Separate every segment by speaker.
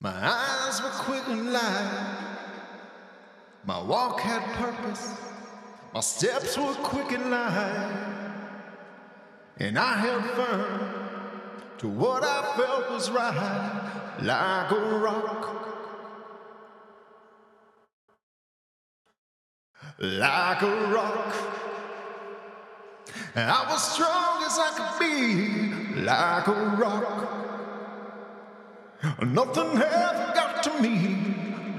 Speaker 1: My eyes were quick and light. My walk had purpose. My steps were quick and light. And I held firm to what I felt was right, like a rock. Like a rock. I was strong as I could be, like a rock. Nothing ever got to me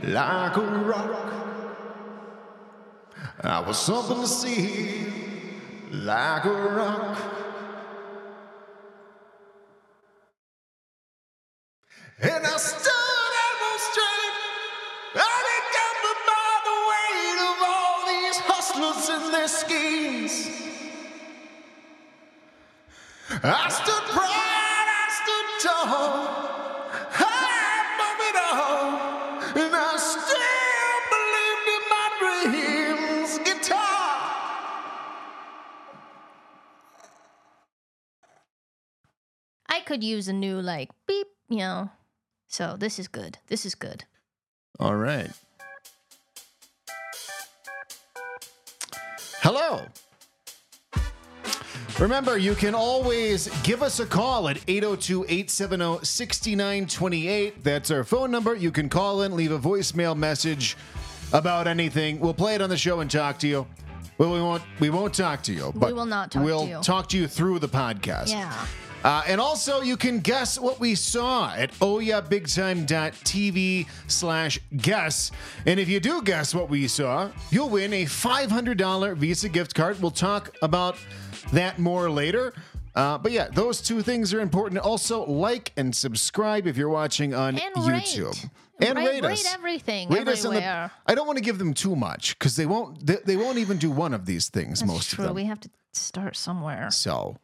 Speaker 1: like a rock. I was something to see like a rock. And I stood and was straight. And it got me by the weight of all these hustlers and their schemes. I stood proud, I stood tall, high above it all, and I still believed in my dreams. Guitar,
Speaker 2: I could use a new like beep, you know. So this is good. This is good.
Speaker 1: all right. Hello.
Speaker 3: Remember, you can always give us a call at 802 870 6928. That's our phone number. You can call in, leave a voicemail message about anything. We'll play it on the show and talk to you. Well, we won't. We won't talk to you. But
Speaker 2: will not talk to
Speaker 3: We'll
Speaker 2: you.
Speaker 3: talk to you through the podcast.
Speaker 2: Yeah.
Speaker 3: Uh, and also, you can guess what we saw at oyabigtime.tv slash guess. And if you do guess what we saw, you'll win a $500 Visa gift card. We'll talk about that more later. Uh, but yeah, those two things are important. Also, like and subscribe if you're watching on
Speaker 2: And
Speaker 3: YouTube.
Speaker 2: rate.
Speaker 3: And
Speaker 2: Rate-
Speaker 3: rate us.
Speaker 2: rate everything,
Speaker 3: in the-
Speaker 2: everywhere.
Speaker 3: I don't want to give them too much because they won't. They, they won't even do one of these things. most
Speaker 2: True.
Speaker 3: of them.
Speaker 2: We have to start somewhere. Uh,
Speaker 3: So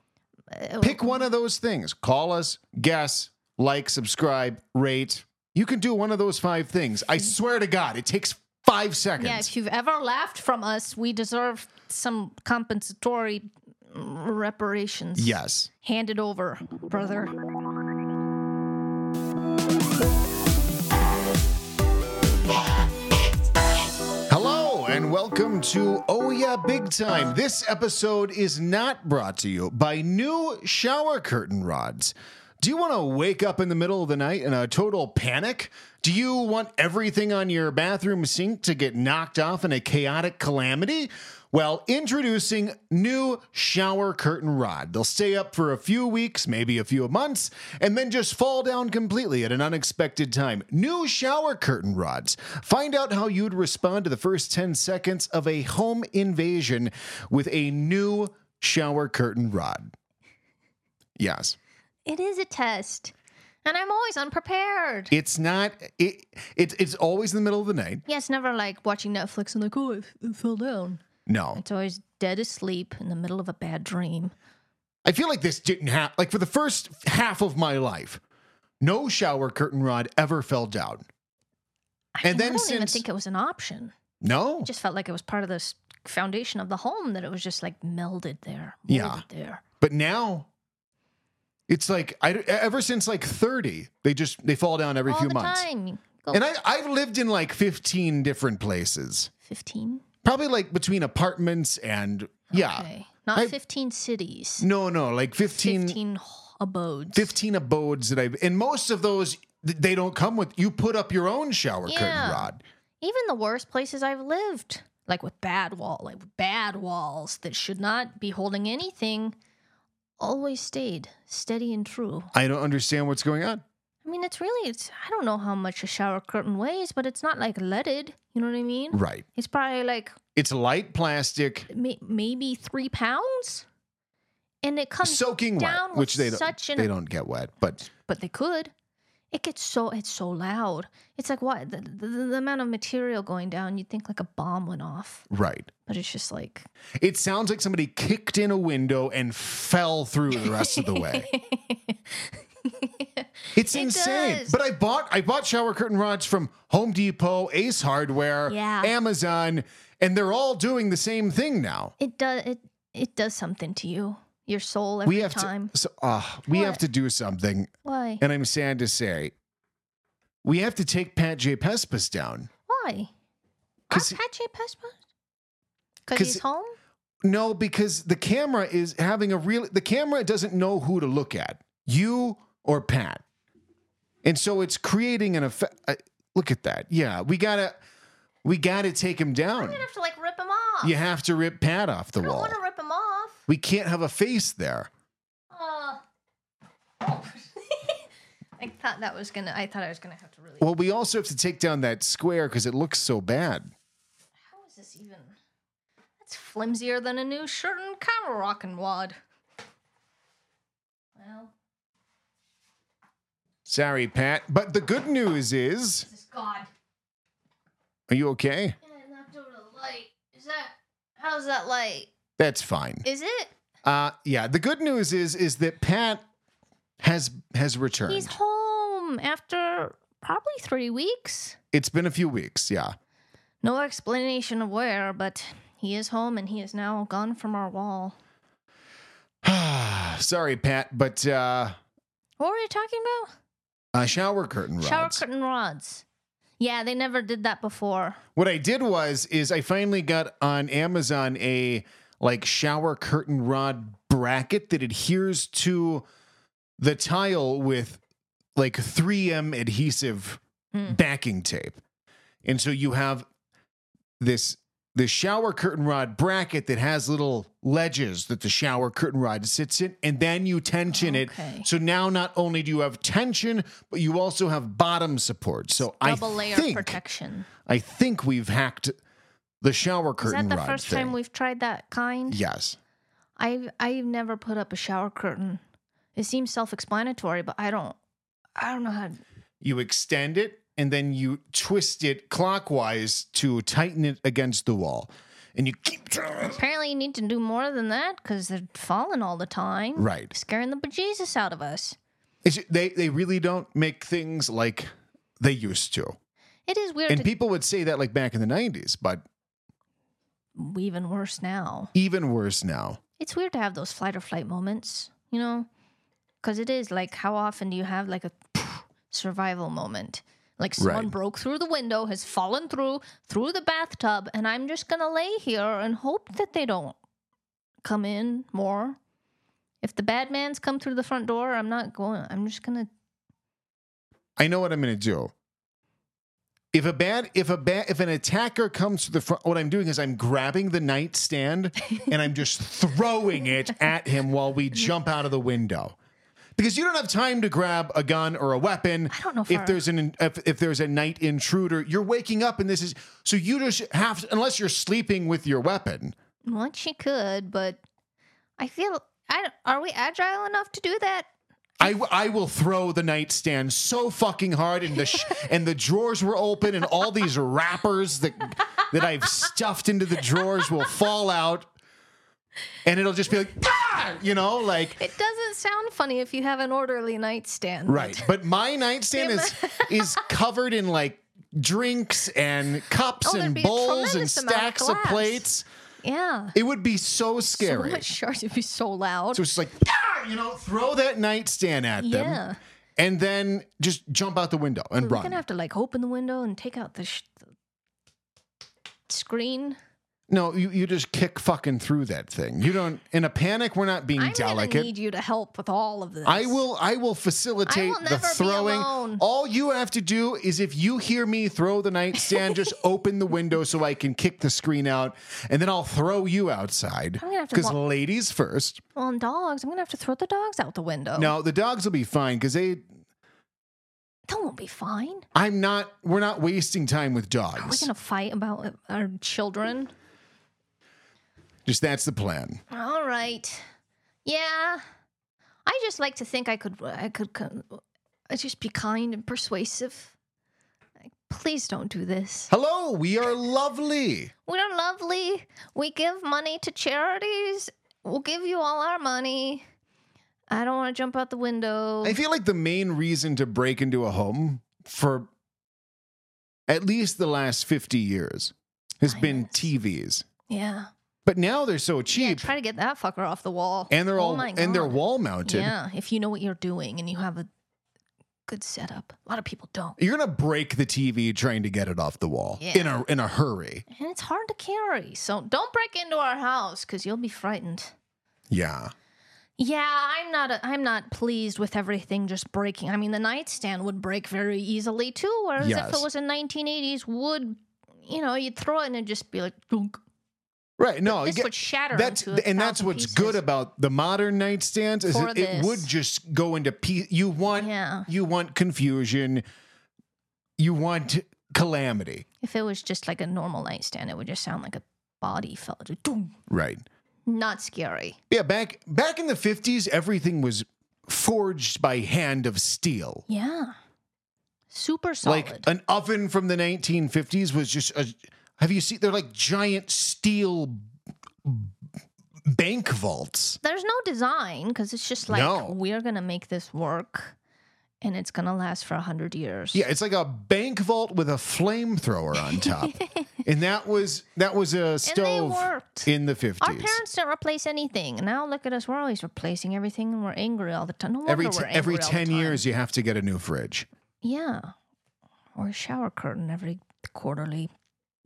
Speaker 3: pick one of those things. Call us, guess, like, subscribe, rate. You can do one of those five things. I swear to God, it takes five
Speaker 2: Yeah,
Speaker 3: seconds.
Speaker 2: if you've ever laughed from us, we deserve some compensatory reparations.
Speaker 3: yes.
Speaker 2: Hand it over, brother.
Speaker 3: Hello and welcome to Oh Yeah Big Time. This episode is not brought to you by new shower curtain rods. Do you want to wake up in the middle of the night in a total panic? Do you want everything on your bathroom sink to get knocked off in a chaotic calamity? Well, introducing new shower curtain rod. They'll stay up for a few weeks, maybe a few months, and then just fall down completely at an unexpected time. New shower curtain rods. Find out how you'd respond to the first 10 seconds of a home invasion with a new shower curtain rod. Yes.
Speaker 2: It is a test. And I'm always unprepared.
Speaker 3: It's not it, it it's always in the middle of the night.
Speaker 2: Yeah, it's never like watching Netflix and like, oh, I f- I fell down.
Speaker 3: No.
Speaker 2: It's always dead asleep in the middle of a bad dream.
Speaker 3: I feel like this didn't happen. Like for the first half of my life, no shower curtain rod ever fell down.
Speaker 2: I
Speaker 3: And then
Speaker 2: don't even
Speaker 3: since-
Speaker 2: think it was an option.
Speaker 3: No.
Speaker 2: It just felt like it was part of this foundation of the home that it was just like melded there.
Speaker 3: Yeah.
Speaker 2: molded There.
Speaker 3: But now, it's like I ever since like thirty, they just they fall down every
Speaker 2: All
Speaker 3: few
Speaker 2: the
Speaker 3: months.
Speaker 2: time. Go
Speaker 3: And I I've lived in like fifteen different places,
Speaker 2: 15.
Speaker 3: probably like between apartments and yeah,
Speaker 2: Okay. Not
Speaker 3: I-
Speaker 2: 15 cities.
Speaker 3: no no like 15, 15.
Speaker 2: 15 abodes.
Speaker 3: abodes that I've and most of those th- they don't come with you put up your own shower curtain
Speaker 2: Yeah.
Speaker 3: rod.
Speaker 2: even the worst places I've lived, like with bad wall, like bad walls that should not be holding anything, always stayed steady and true.
Speaker 3: I don't understand what's going on.
Speaker 2: I mean, it's really, it's I don't know how much a shower curtain weighs, but it's not like leaded. You know what I mean?
Speaker 3: Right,
Speaker 2: It's probably like
Speaker 3: it's light plastic,
Speaker 2: may, maybe three pounds, and it comes
Speaker 3: soaking wet,
Speaker 2: down with
Speaker 3: which they don't
Speaker 2: such an
Speaker 3: they don't get wet, but
Speaker 2: but they could. It gets so it's so loud. It's like what the, the, the amount of material going down. You'd think like a bomb went off,
Speaker 3: right.
Speaker 2: but it's just like
Speaker 3: It sounds like somebody kicked in a window and fell through the rest of the way. It's
Speaker 2: It
Speaker 3: insane.
Speaker 2: does.
Speaker 3: But I bought I bought shower curtain rods from Home Depot, Ace Hardware,
Speaker 2: Yeah.
Speaker 3: Amazon, and they're all doing the same thing now.
Speaker 2: it does it it does something to you, your soul every
Speaker 3: We have
Speaker 2: time.
Speaker 3: to so, ah, we
Speaker 2: What?
Speaker 3: have to do something,
Speaker 2: Why?
Speaker 3: and I'm sad to say, We have to take Pat J. Pespis down.
Speaker 2: Why?
Speaker 3: 'Cause
Speaker 2: Because
Speaker 3: he-
Speaker 2: Apache Passport? Because
Speaker 3: 'Cause-
Speaker 2: he's home?
Speaker 3: No, because the camera is having a real. The camera doesn't know who to look at, you or Pat, and so it's creating an effect. Uh, look at that. Yeah, we gotta, we gotta take him down.
Speaker 2: I'm gonna have to like rip him off.
Speaker 3: You have to rip Pat off the
Speaker 2: I don't
Speaker 3: wall.
Speaker 2: want to rip him off.
Speaker 3: We can't have a face there.
Speaker 2: Aw. Oh. I thought that was gonna. I thought I was gonna have to really.
Speaker 3: Well, we also have to take down that square because it looks so bad.
Speaker 2: How is this even? That's flimsier than a new shirt and camera rockin' wad. Well,
Speaker 3: Sorry, Pat. But the good news is,
Speaker 2: this is God.
Speaker 3: are you okay?
Speaker 2: Yeah, I knocked over the light. Is that? How's that light?
Speaker 3: That's fine.
Speaker 2: Is it?
Speaker 3: Uh, yeah. The good news is, is that Pat has has returned.
Speaker 2: He's home after probably three weeks.
Speaker 3: It's been a few weeks, yeah.
Speaker 2: No explanation of where, but he is home and he is now gone from our wall.
Speaker 3: Sorry, Pat, but uh,
Speaker 2: What were you talking about?
Speaker 3: uh, shower curtain rods.
Speaker 2: Shower curtain rods. Yeah, they never did that before.
Speaker 3: what I did was is I finally got on Amazon a like shower curtain rod bracket that adheres to the tile with like 3M adhesive
Speaker 2: Mm.
Speaker 3: backing tape. And so you have this this shower curtain rod bracket that has little ledges that the shower curtain rod sits in and then you tension
Speaker 2: Okay.
Speaker 3: it. So now not only do you have tension, but you also have bottom support. So
Speaker 2: Double
Speaker 3: I
Speaker 2: layer
Speaker 3: think
Speaker 2: protection.
Speaker 3: I think we've hacked the shower
Speaker 2: Is
Speaker 3: curtain
Speaker 2: that the
Speaker 3: rod
Speaker 2: first
Speaker 3: thing.
Speaker 2: time we've tried that kind?
Speaker 3: yes.
Speaker 2: I've I've never put up a shower curtain. It seems self-explanatory, but I don't I don't know how.
Speaker 3: You extend it and then you twist it clockwise to tighten it against the wall. And you keep trying.
Speaker 2: Apparently, you need to do more than that because they're falling all the time,
Speaker 3: Right.
Speaker 2: Scaring the bejesus out of us.
Speaker 3: It's, they they really don't make things like they used to.
Speaker 2: It is weird.
Speaker 3: And
Speaker 2: To,
Speaker 3: people would say that like back in the 90s, but
Speaker 2: even worse now.
Speaker 3: even worse now.
Speaker 2: it's weird to have those flight or flight moments, you know? Because it is like, how often do you have like a survival moment? Like someone
Speaker 3: Right.
Speaker 2: broke through the window, has fallen through through the bathtub, and I'm just gonna lay here and hope that they don't come in more. If the bad man's come through the front door, I'm not going. I'm just gonna.
Speaker 3: I know what I'm going to do. If a bad if a bad if an attacker comes to the front, what I'm doing is I'm grabbing the nightstand and I'm just throwing it at him while we jump out of the window. Because you don't have time to grab a gun or a weapon.
Speaker 2: I don't know if
Speaker 3: if
Speaker 2: our-
Speaker 3: there's an if, if there's a night intruder. You're waking up and this is so you just have to, unless you're sleeping with your weapon.
Speaker 2: Well, she could, but I feel. I don't- are we agile enough to do that?
Speaker 3: I, I will throw the nightstand so fucking hard, and the sh- and the drawers were open, and all these wrappers that that I've stuffed into the drawers will fall out, and it'll just be like, "Ah!" you know, like
Speaker 2: It doesn't sound funny if you have an orderly nightstand. but-
Speaker 3: right. But my nightstand is is covered in like drinks and cups
Speaker 2: Oh, there'd
Speaker 3: and
Speaker 2: be a
Speaker 3: bowls and
Speaker 2: tremendous amount of
Speaker 3: stacks of,
Speaker 2: glass.
Speaker 3: plates.
Speaker 2: Yeah.
Speaker 3: It would be so scary.
Speaker 2: So much sharks would be so loud.
Speaker 3: So it's just like, "Ah!" you know, throw that nightstand at them.
Speaker 2: Yeah.
Speaker 3: And then just jump out the window and
Speaker 2: We're
Speaker 3: run.
Speaker 2: gonna have to like open the window and take out the, sh- the screen.
Speaker 3: No, you, you just kick fucking through that thing. You don't in a panic, we're not being
Speaker 2: I'm gonna
Speaker 3: delicate.
Speaker 2: need you to help with all of this.
Speaker 3: I will I will facilitate
Speaker 2: I will
Speaker 3: the
Speaker 2: never be
Speaker 3: throwing.
Speaker 2: alone.
Speaker 3: All you have to do is if you hear me throw the nightstand, just open the window so I can kick the screen out, and then I'll throw you outside.
Speaker 2: I'm gonna have to
Speaker 3: Because
Speaker 2: walk-
Speaker 3: ladies first.
Speaker 2: Well, and dogs. I'm gonna have to throw the dogs out the window.
Speaker 3: No, the dogs will be fine because they
Speaker 2: that won't be fine.
Speaker 3: I'm not we're not wasting time with dogs.
Speaker 2: Are we gonna fight about uh, our children?
Speaker 3: Just that's the plan.
Speaker 2: All right. Yeah. I just like to think I could. I could. con- I just be kind and persuasive. Like, Please don't do this.
Speaker 3: Hello, we are lovely.
Speaker 2: We're lovely. We give money to charities. We'll give you all our money. I don't want to jump out the window.
Speaker 3: I feel like the main reason to break into a home for at least the last 50 years has been
Speaker 2: Minus.
Speaker 3: TVs.
Speaker 2: yeah.
Speaker 3: But now they're so
Speaker 2: Yeah,
Speaker 3: cheap
Speaker 2: try to get that fucker off the wall.
Speaker 3: and they're
Speaker 2: Oh
Speaker 3: all
Speaker 2: my
Speaker 3: and they're
Speaker 2: God.
Speaker 3: wall mounted.
Speaker 2: Yeah, if you know what you're doing and you have a good setup. A lot of people don't.
Speaker 3: You're gonna break the TV trying to get it off the wall
Speaker 2: Yeah.
Speaker 3: in a in a hurry.
Speaker 2: And it's hard to carry. So don't break into our house because you'll be frightened.
Speaker 3: Yeah.
Speaker 2: Yeah, I'm not. A, I'm not pleased with everything just breaking. I mean, the nightstand would break very easily too. Whereas if
Speaker 3: Yes.
Speaker 2: it was a 1980s wood, you know, you'd throw it and it'd just be like dunk.
Speaker 3: Right. No.
Speaker 2: This
Speaker 3: get-
Speaker 2: would shatter
Speaker 3: Oh, that's
Speaker 2: into a
Speaker 3: and that's
Speaker 2: thousand
Speaker 3: what's
Speaker 2: pieces.
Speaker 3: good about the modern nightstands is
Speaker 2: For
Speaker 3: it, it
Speaker 2: this.
Speaker 3: would just go into pe- you want
Speaker 2: Yeah.
Speaker 3: you want confusion you want calamity
Speaker 2: If it was just like a normal nightstand, it would just sound like a body fell. Just dunk.
Speaker 3: right
Speaker 2: Not scary.
Speaker 3: yeah back back in the 50s everything was forged by hand of steel
Speaker 2: Yeah. Super solid.
Speaker 3: like uh, an oven from the 1950s was just a have you seen they're like giant steel b- bank vaults
Speaker 2: There's no design because it's just like
Speaker 3: No.
Speaker 2: we're gonna make this work, and it's gonna last for a hundred years.
Speaker 3: Yeah, it's like a bank vault with a flamethrower on top. and that was that was a
Speaker 2: and they
Speaker 3: stove
Speaker 2: worked.
Speaker 3: in the 50s.
Speaker 2: Our parents didn't replace anything. Now look at us. We're always replacing everything and we're angry all the time. No wonder
Speaker 3: every
Speaker 2: we're
Speaker 3: t-
Speaker 2: angry
Speaker 3: every
Speaker 2: all the
Speaker 3: 10
Speaker 2: time.
Speaker 3: years you have to get a new fridge.
Speaker 2: Yeah. Or a shower curtain every quarterly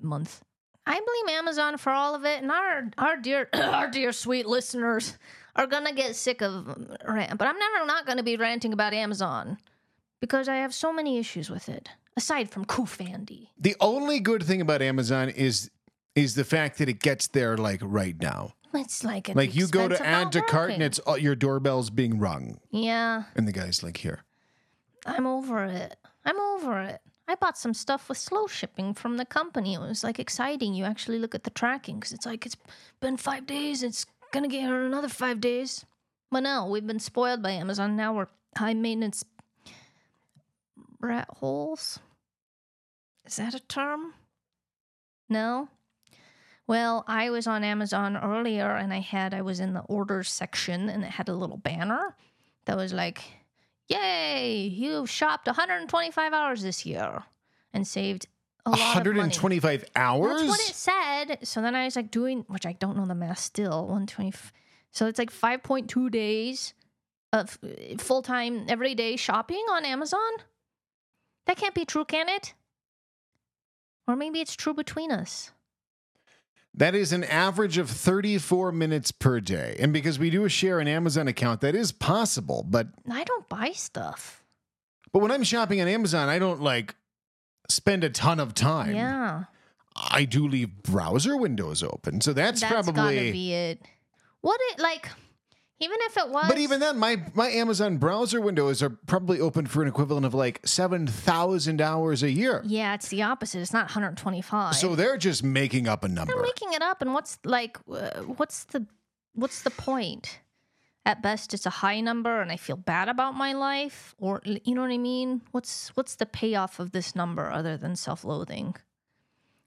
Speaker 2: month. I blame Amazon for all of it, and our our dear our dear sweet listeners are gonna get sick of um, rant. But I'm never not gonna be ranting about Amazon because I have so many issues with it. Aside from Koofandy,
Speaker 3: The only good thing about Amazon is is the fact that it gets there like right now.
Speaker 2: it's like at the
Speaker 3: Like you go
Speaker 2: expense
Speaker 3: to
Speaker 2: of
Speaker 3: add
Speaker 2: not
Speaker 3: to cart and
Speaker 2: working.
Speaker 3: it's all, your doorbell's being rung
Speaker 2: yeah.
Speaker 3: and the guy's like here.
Speaker 2: I'm over it. I'm over it. I bought some stuff with slow shipping from the company. It was like exciting. You actually look at the tracking because it's like it's been five days. It's gonna get here in another five days. But no, we've been spoiled by Amazon. Now we're high maintenance rat holes. Is that a term? No. Well, I was on Amazon earlier and I had I was in the orders section and it had a little banner that was like Yay! You've shopped 125 hours this year and saved a lot of money.
Speaker 3: 125 hours?
Speaker 2: That's what it said. So then I was like doing, which I don't know the math still. 120. So it's like 5.2 days of uh, full time, everyday shopping on Amazon. That can't be true, can it? Or maybe it's true between us.
Speaker 3: That is an average of 34 minutes per day. And because we do share an Amazon account, that is possible. But
Speaker 2: I don't buy stuff.
Speaker 3: but when I'm shopping on Amazon, I don't like spend a ton of time.
Speaker 2: yeah.
Speaker 3: I do leave browser windows open. So that's,
Speaker 2: gotta
Speaker 3: probably
Speaker 2: be it. What it like, even if it was.
Speaker 3: But even then my my Amazon browser windows are probably open for an equivalent of like 7,000 hours a year.
Speaker 2: Yeah, it's the opposite. It's not 125.
Speaker 3: So they're just making up a number.
Speaker 2: They're making it up, and what's like, uh, what's the, what's the point? At best, it's a high number, and I feel bad about my life, or you know what I mean. What's what's the payoff of this number other than self-loathing?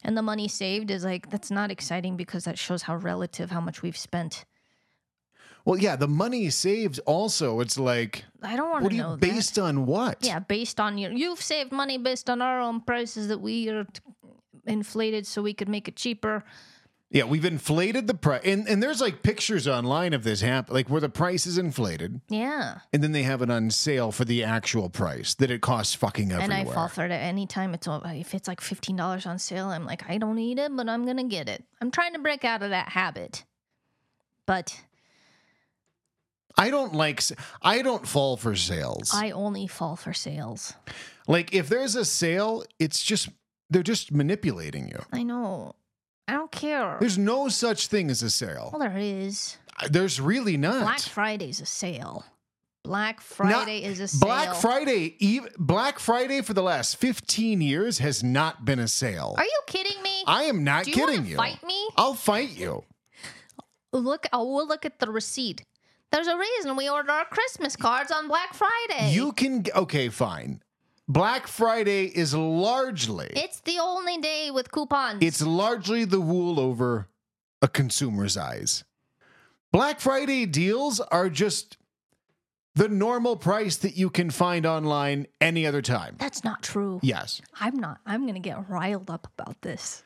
Speaker 2: And the money saved is like that's not exciting because that shows how relative how much we've spent.
Speaker 3: well, yeah, the money saved also. It's like
Speaker 2: I don't want
Speaker 3: what
Speaker 2: to
Speaker 3: do
Speaker 2: know
Speaker 3: you
Speaker 2: that.
Speaker 3: based on what?
Speaker 2: Yeah, based on your, you've saved money based on our own prices that we are t- inflated, so we could make it cheaper.
Speaker 3: Yeah, we've inflated the price, and and there's like pictures online of this happen, like where the price is inflated,
Speaker 2: Yeah.
Speaker 3: and then they have it on sale for the actual price that it costs fucking everywhere.
Speaker 2: And I fall for it at any time. It's all, if it's like fifteen dollars on sale, I'm like, I don't need it, but I'm gonna get it. I'm trying to break out of that habit, but
Speaker 3: I don't like. s- I don't fall for sales.
Speaker 2: I only fall for sales.
Speaker 3: like if there's a sale, it's just they're just manipulating you.
Speaker 2: I know. I don't care.
Speaker 3: There's no such thing as a sale.
Speaker 2: well, there is.
Speaker 3: There's really not.
Speaker 2: Black Friday's a sale. Black Friday is a sale.
Speaker 3: Black Friday, eve, Black Friday for the last 15 years has not been a sale.
Speaker 2: Are you kidding me?
Speaker 3: I am not
Speaker 2: Do you
Speaker 3: kidding
Speaker 2: wanna
Speaker 3: you.
Speaker 2: fight me?
Speaker 3: I'll fight you.
Speaker 2: Look, I will look at the receipt. There's a reason we order our Christmas cards on Black Friday.
Speaker 3: You can g- okay, fine. Black Friday is largely
Speaker 2: it's the only day with coupons.
Speaker 3: it's largely the wool over a consumer's eyes. Black Friday deals are just the normal price that you can find online any other time.
Speaker 2: That's not true.
Speaker 3: Yes.
Speaker 2: I'm not. I'm going to get riled up about this.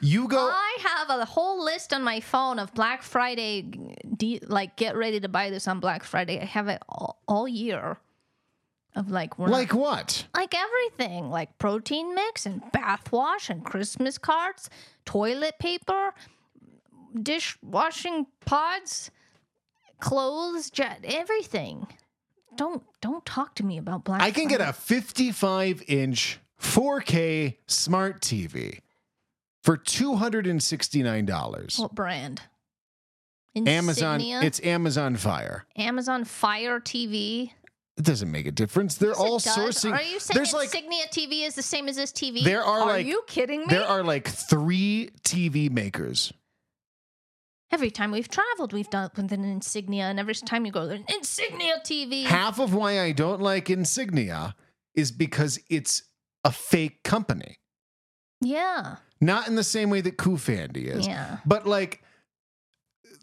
Speaker 3: You go
Speaker 2: I have a whole list on my phone of Black Friday, de- like get ready to buy this on Black Friday. I have it all, all year. of like we're not-
Speaker 3: Like what?
Speaker 2: like everything, like protein mix and bath wash and Christmas cards, toilet paper, dishwashing pods, clothes, jet, everything. Don't don't talk to me about black.
Speaker 3: I can get a 55 inch 4K smart TV for $269.
Speaker 2: what brand? Insignia?
Speaker 3: Amazon, it's Amazon Fire.
Speaker 2: Amazon Fire TV.
Speaker 3: It doesn't make a difference. They're
Speaker 2: Yes,
Speaker 3: all
Speaker 2: it does.
Speaker 3: sourcing.
Speaker 2: Are you saying
Speaker 3: there's like
Speaker 2: Insignia TV is the same as this TV?
Speaker 3: There are,
Speaker 2: are
Speaker 3: like-
Speaker 2: you kidding me?
Speaker 3: there are like three TV makers.
Speaker 2: Every time we've traveled, we've done it with an insignia, and every time you go, there's an insignia TV.
Speaker 3: Half of why I don't like Insignia is because it's a fake company.
Speaker 2: yeah,
Speaker 3: Not in the same way that Kufandi is.
Speaker 2: yeah.
Speaker 3: But like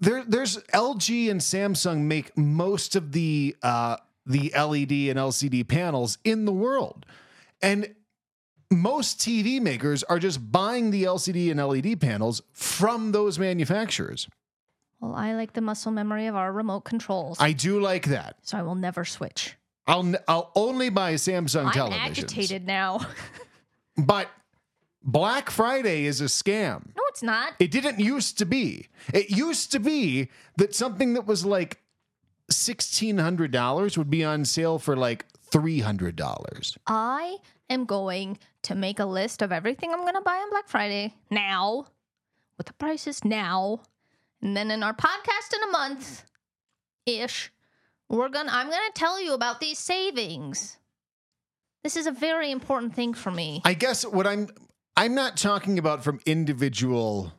Speaker 3: there there's LG and Samsung make most of the uh the LED and LCD panels in the world. And most TV makers are just buying the LCD and LED panels from those manufacturers.
Speaker 2: Well, I like the muscle memory of our remote controls,
Speaker 3: I do like that.
Speaker 2: so I will never switch.
Speaker 3: I'll n- I'll only buy Samsung
Speaker 2: I'm
Speaker 3: televisions.
Speaker 2: agitated now.
Speaker 3: But Black Friday is a scam.
Speaker 2: no, it's not.
Speaker 3: It didn't used to be. It used to be that something that was like sixteen hundred dollars would be on sale for like three hundred dollars.
Speaker 2: I am going to make a list of everything I'm going to buy on Black Friday now, with the prices now, and then in our podcast in a month, ish, we're gonna. I'm gonna tell you about these savings. This is a very important thing for me.
Speaker 3: I guess what I'm I'm not talking about from individual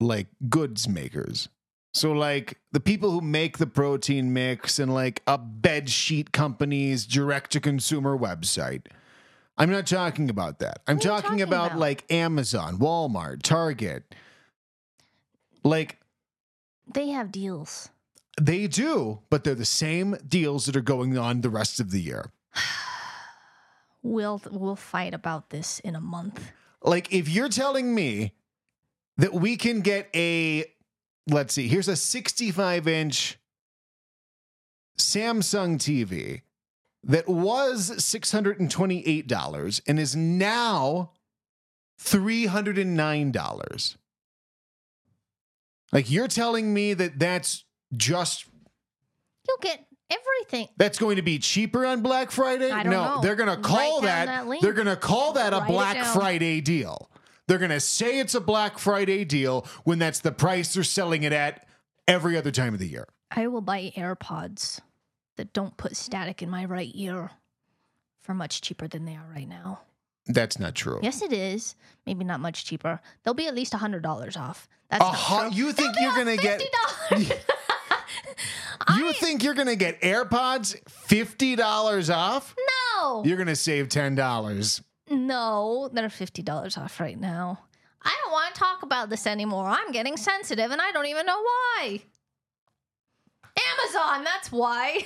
Speaker 3: like goods makers. So like the people who make the protein mix and like a bed sheet company's direct to consumer website. I'm not talking about that. I'm
Speaker 2: What are you
Speaker 3: talking,
Speaker 2: talking
Speaker 3: about,
Speaker 2: about?
Speaker 3: like Amazon, Walmart, Target. Like
Speaker 2: They have deals.
Speaker 3: they do, but they're the same deals that are going on the rest of the year.
Speaker 2: We'll we'll fight about this in a month.
Speaker 3: Like if you're telling me that we can get a let's see, here's a 65 inch Samsung TV that was $628 and is now $309. Like you're telling me that that's just
Speaker 2: You'll get everything.
Speaker 3: That's going to be cheaper on Black Friday?
Speaker 2: I don't
Speaker 3: no,
Speaker 2: know.
Speaker 3: they're going to call
Speaker 2: Write
Speaker 3: that,
Speaker 2: down that link.
Speaker 3: they're going to call that a
Speaker 2: Write it
Speaker 3: Black
Speaker 2: down.
Speaker 3: Friday deal. They're going to say it's a Black Friday deal when that's the price they're selling it at every other time of the year.
Speaker 2: I will buy AirPods that don't put static in my right ear for much cheaper than they are right now.
Speaker 3: That's not true.
Speaker 2: Yes, it is. Maybe not much cheaper. They'll be at least hundred dollars off. That's
Speaker 3: A
Speaker 2: not
Speaker 3: hu-
Speaker 2: true.
Speaker 3: you think
Speaker 2: They'll
Speaker 3: you're
Speaker 2: be
Speaker 3: going to get
Speaker 2: $50.
Speaker 3: you think you're going to get AirPods $50 off?
Speaker 2: no,
Speaker 3: You're going to save $10.
Speaker 2: no, they're fifty dollars off right now. I don't want to talk about this anymore. I'm getting sensitive, and I don't even know why. Amazon, that's why.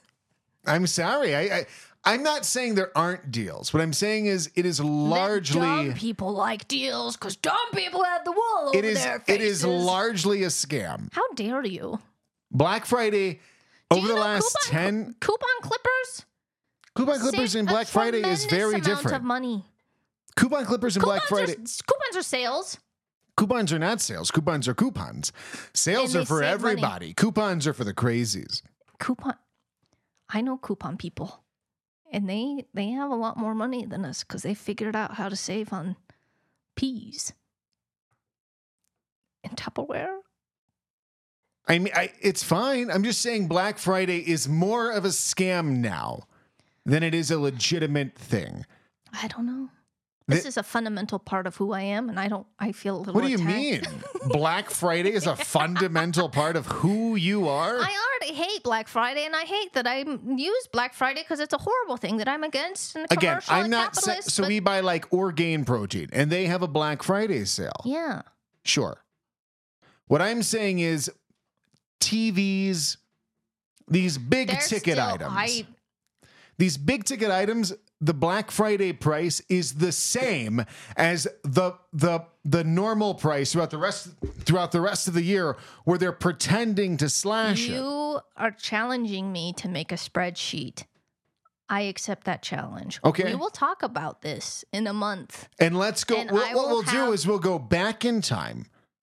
Speaker 3: I'm sorry. I, I I'm not saying there aren't deals. What I'm saying is it is largely
Speaker 2: dumb people like deals because dumb people have the wool
Speaker 3: it
Speaker 2: over
Speaker 3: is
Speaker 2: their
Speaker 3: it
Speaker 2: faces.
Speaker 3: is largely a scam.
Speaker 2: How dare you?
Speaker 3: Black Friday
Speaker 2: Do
Speaker 3: over
Speaker 2: you
Speaker 3: the
Speaker 2: know
Speaker 3: last
Speaker 2: coupon,
Speaker 3: ten
Speaker 2: coupon clippers.
Speaker 3: coupon clippers
Speaker 2: save
Speaker 3: and
Speaker 2: a
Speaker 3: Black Friday is very
Speaker 2: tremendous amount Of
Speaker 3: different.
Speaker 2: money.
Speaker 3: Coupon clippers and Black
Speaker 2: Coupons
Speaker 3: Friday
Speaker 2: Are, s- coupons are sales.
Speaker 3: coupons are not sales. Coupons are coupons. Sales
Speaker 2: And
Speaker 3: are
Speaker 2: they
Speaker 3: for
Speaker 2: save money.
Speaker 3: everybody. Coupons are for the crazies.
Speaker 2: Coupon. I know coupon people, and they they have a lot more money than us because they figured out how to save on peas and Tupperware.
Speaker 3: I mean, I, it's fine. I'm just saying Black Friday is more of a scam now than it is a legitimate thing.
Speaker 2: I don't know. This
Speaker 3: The-
Speaker 2: is a fundamental part of who I am, and I don't. I feel a little.
Speaker 3: What do you
Speaker 2: attacked.
Speaker 3: mean? Black Friday is a fundamental part of who you are.
Speaker 2: I already hate Black Friday, and I hate that I m- use Black Friday because it's a horrible thing that I'm against. And
Speaker 3: Again,
Speaker 2: commercial
Speaker 3: I'm
Speaker 2: and
Speaker 3: not. Sa-
Speaker 2: capitalist,
Speaker 3: so
Speaker 2: but-
Speaker 3: we buy like Orgain protein, and they have a Black Friday sale.
Speaker 2: yeah,
Speaker 3: Sure. What I'm saying is TVs, these big
Speaker 2: They're
Speaker 3: ticket
Speaker 2: still-
Speaker 3: items,
Speaker 2: I,
Speaker 3: these big ticket items, the Black Friday price is the same as the the the normal price throughout the rest throughout the rest of the year where they're pretending to slash it.
Speaker 2: You are challenging me to make a spreadsheet I accept that challenge.
Speaker 3: Okay.
Speaker 2: We will talk about this in a month.
Speaker 3: And let's go.
Speaker 2: And
Speaker 3: what
Speaker 2: I
Speaker 3: what
Speaker 2: will
Speaker 3: we'll do
Speaker 2: have-
Speaker 3: is we'll go back in time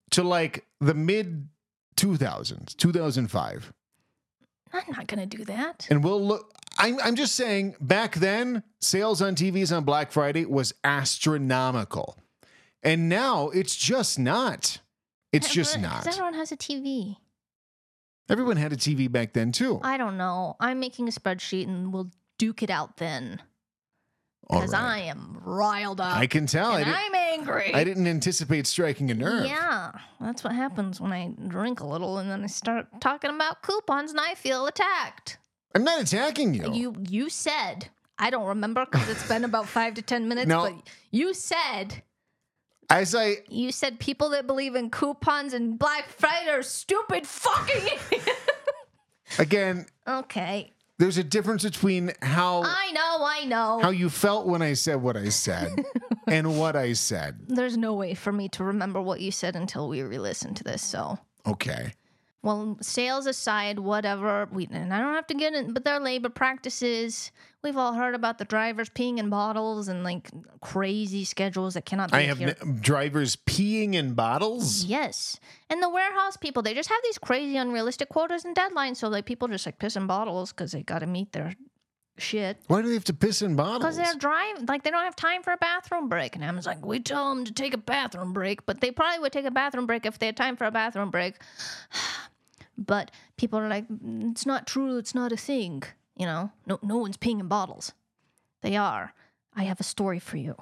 Speaker 3: to like the mid 2000s, 2005.
Speaker 2: I'm not going to do that.
Speaker 3: And we'll look. I'm, I'm just saying, back then, sales on TVs on Black Friday was astronomical. And now it's just not. It's just
Speaker 2: Everyone- 'cause
Speaker 3: not.
Speaker 2: Everyone has a TV.
Speaker 3: Everyone had a TV back then, too.
Speaker 2: I don't know. I'm making a spreadsheet and we'll duke it out then
Speaker 3: All
Speaker 2: because
Speaker 3: right.
Speaker 2: I am riled up.
Speaker 3: I can tell. I,
Speaker 2: and
Speaker 3: did,
Speaker 2: I'm angry.
Speaker 3: I didn't anticipate striking a nerve.
Speaker 2: Yeah, that's what happens when I drink a little and then I start talking about coupons and I feel attacked.
Speaker 3: I'm not attacking you.
Speaker 2: You you said I don't remember because it's been about five to ten minutes.
Speaker 3: No.
Speaker 2: But you said
Speaker 3: As I
Speaker 2: you said people that believe in coupons and Black Friday are stupid fucking. idiots.
Speaker 3: again,
Speaker 2: okay,
Speaker 3: there's a difference between how
Speaker 2: I know, I know.
Speaker 3: how you felt when I said what I said and what I said.
Speaker 2: There's no way for me to remember what you said until we re-listen to this. So.
Speaker 3: Okay.
Speaker 2: well, sales aside, whatever, we, and I don't have to get in, but their labor practices. We've all heard about the drivers peeing in bottles and like crazy schedules that cannot be
Speaker 3: I have
Speaker 2: adhered-
Speaker 3: n- drivers peeing in bottles.
Speaker 2: Yes. And the warehouse people, they just have these crazy unrealistic quotas and deadlines. So like people just like piss in bottles because they got to meet their shit.
Speaker 3: Why do they have to piss in
Speaker 2: Because
Speaker 3: bottles?
Speaker 2: they're driving, like they don't have time for a bathroom break. And I was like, we tell them to take a bathroom break, but they probably would take a bathroom break if they had time for a bathroom break. but people are like, "Mm, it's not true. It's not a thing. You know, no, no one's peeing in bottles. They are. I have a story for you.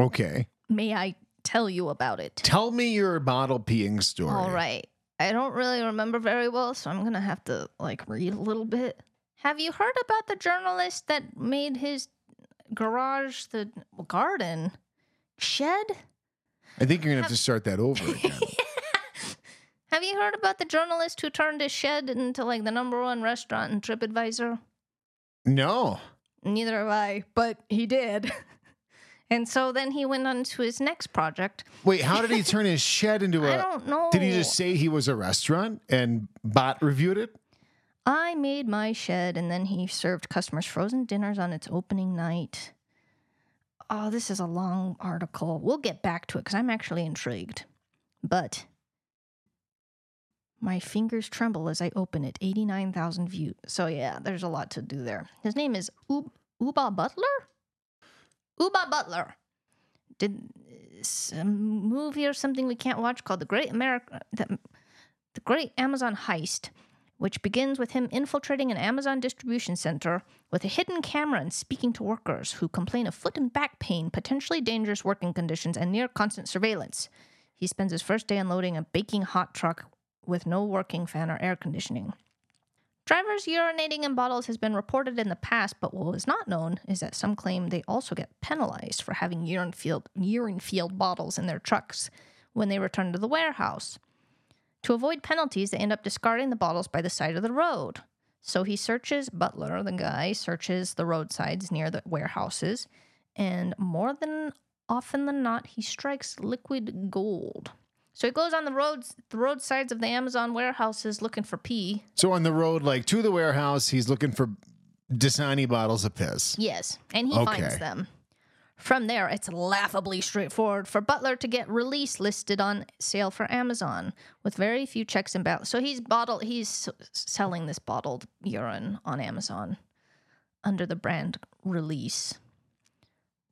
Speaker 3: Okay.
Speaker 2: May I tell you about it?
Speaker 3: Tell me your bottle peeing story.
Speaker 2: All right. I don't really remember very well, so I'm going to have to like read a little bit. Have you heard about the journalist that made his garage the garden shed?
Speaker 3: I think you're going to have to start that over again.
Speaker 2: Have you heard about the journalist who turned his shed into like the number one restaurant in TripAdvisor?
Speaker 3: no.
Speaker 2: Neither have I, but he did. and so then he went on to his next project.
Speaker 3: Wait, how did he turn his shed into
Speaker 2: I
Speaker 3: a.
Speaker 2: don't know.
Speaker 3: Did he just say he was a restaurant and bot reviewed it?
Speaker 2: I made my shed, and then he served customers frozen dinners on its opening night. Oh, this is a long article. We'll get back to it because I'm actually intrigued. But my fingers tremble as I open it. 89,000 views. So, yeah, there's a lot to do there. His name is U- Uba Butler? Uba Butler. Did some movie or something we can't watch called The Great America. The, the Great Amazon Heist which begins with him infiltrating an Amazon distribution center with a hidden camera and speaking to workers who complain of foot and back pain, potentially dangerous working conditions, and near constant surveillance. He spends his first day unloading a baking hot truck with no working fan or air conditioning. Drivers urinating in bottles has been reported in the past, but what is not known is that some claim they also get penalized for having urine field, urine field bottles in their trucks when they return to the warehouse. To avoid penalties, they end up discarding the bottles by the side of the road. So he searches, Butler, the guy, searches the roadsides near the warehouses, and more than often than not, he strikes liquid gold. So he goes on the roads, the roadsides of the Amazon warehouses looking for pee.
Speaker 3: So on the road, like to the warehouse, he's looking for Dasani bottles of piss.
Speaker 2: Yes, and he
Speaker 3: Okay.
Speaker 2: finds them. From there, it's laughably straightforward for Butler to get release listed on sale for Amazon with very few checks and balances. So he's bottled, he's s- selling this bottled urine on Amazon under the brand Release.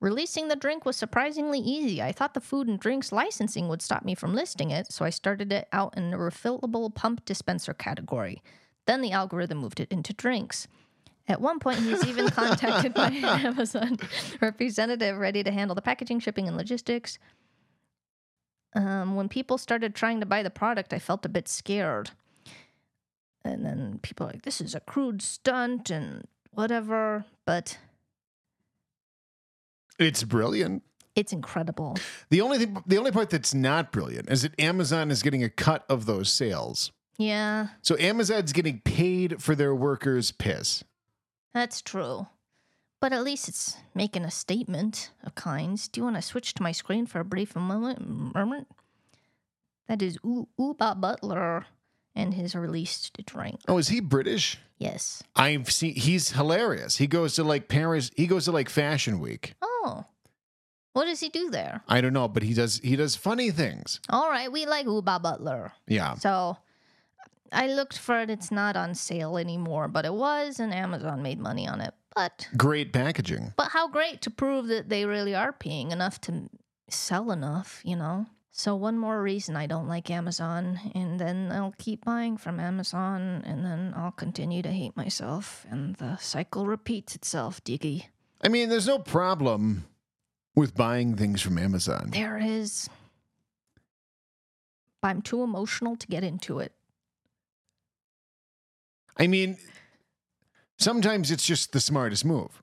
Speaker 2: Releasing the drink was surprisingly easy. I thought the food and drinks licensing would stop me from listing it, so I started it out in the refillable pump dispenser category. Then the algorithm moved it into drinks. At one point, he's even contacted by an Amazon representative ready to handle the packaging, shipping, and logistics. Um, when people started trying to buy the product, I felt a bit scared. And then people are like, this is a crude stunt and whatever, but
Speaker 3: It's brilliant.
Speaker 2: it's incredible.
Speaker 3: The only thing, the only part that's not brilliant is that Amazon is getting a cut of those sales.
Speaker 2: Yeah,
Speaker 3: So Amazon's getting paid for their workers' piss.
Speaker 2: that's true. But at least it's making a statement of kinds. Do you want to switch to my screen for a brief moment? moment? That is U- Uba Butler and his released drink.
Speaker 3: Oh, is he British?
Speaker 2: Yes.
Speaker 3: I've seen he's hilarious. He goes to like Paris, he goes to like Fashion Week.
Speaker 2: Oh. What does he do there?
Speaker 3: I don't know, but he does he does funny things.
Speaker 2: All right, we like Uba Butler.
Speaker 3: Yeah.
Speaker 2: So I looked for it. It's not on sale anymore, but it was, and Amazon made money on it. But
Speaker 3: Great packaging.
Speaker 2: but how great to prove that they really are paying enough to sell enough, you know? So one more reason I don't like Amazon, and then I'll keep buying from Amazon, and then I'll continue to hate myself, and the cycle repeats itself, Diggy.
Speaker 3: I mean, there's no problem with buying things from Amazon.
Speaker 2: There is. But I'm too emotional to get into it.
Speaker 3: I mean, sometimes it's just the smartest move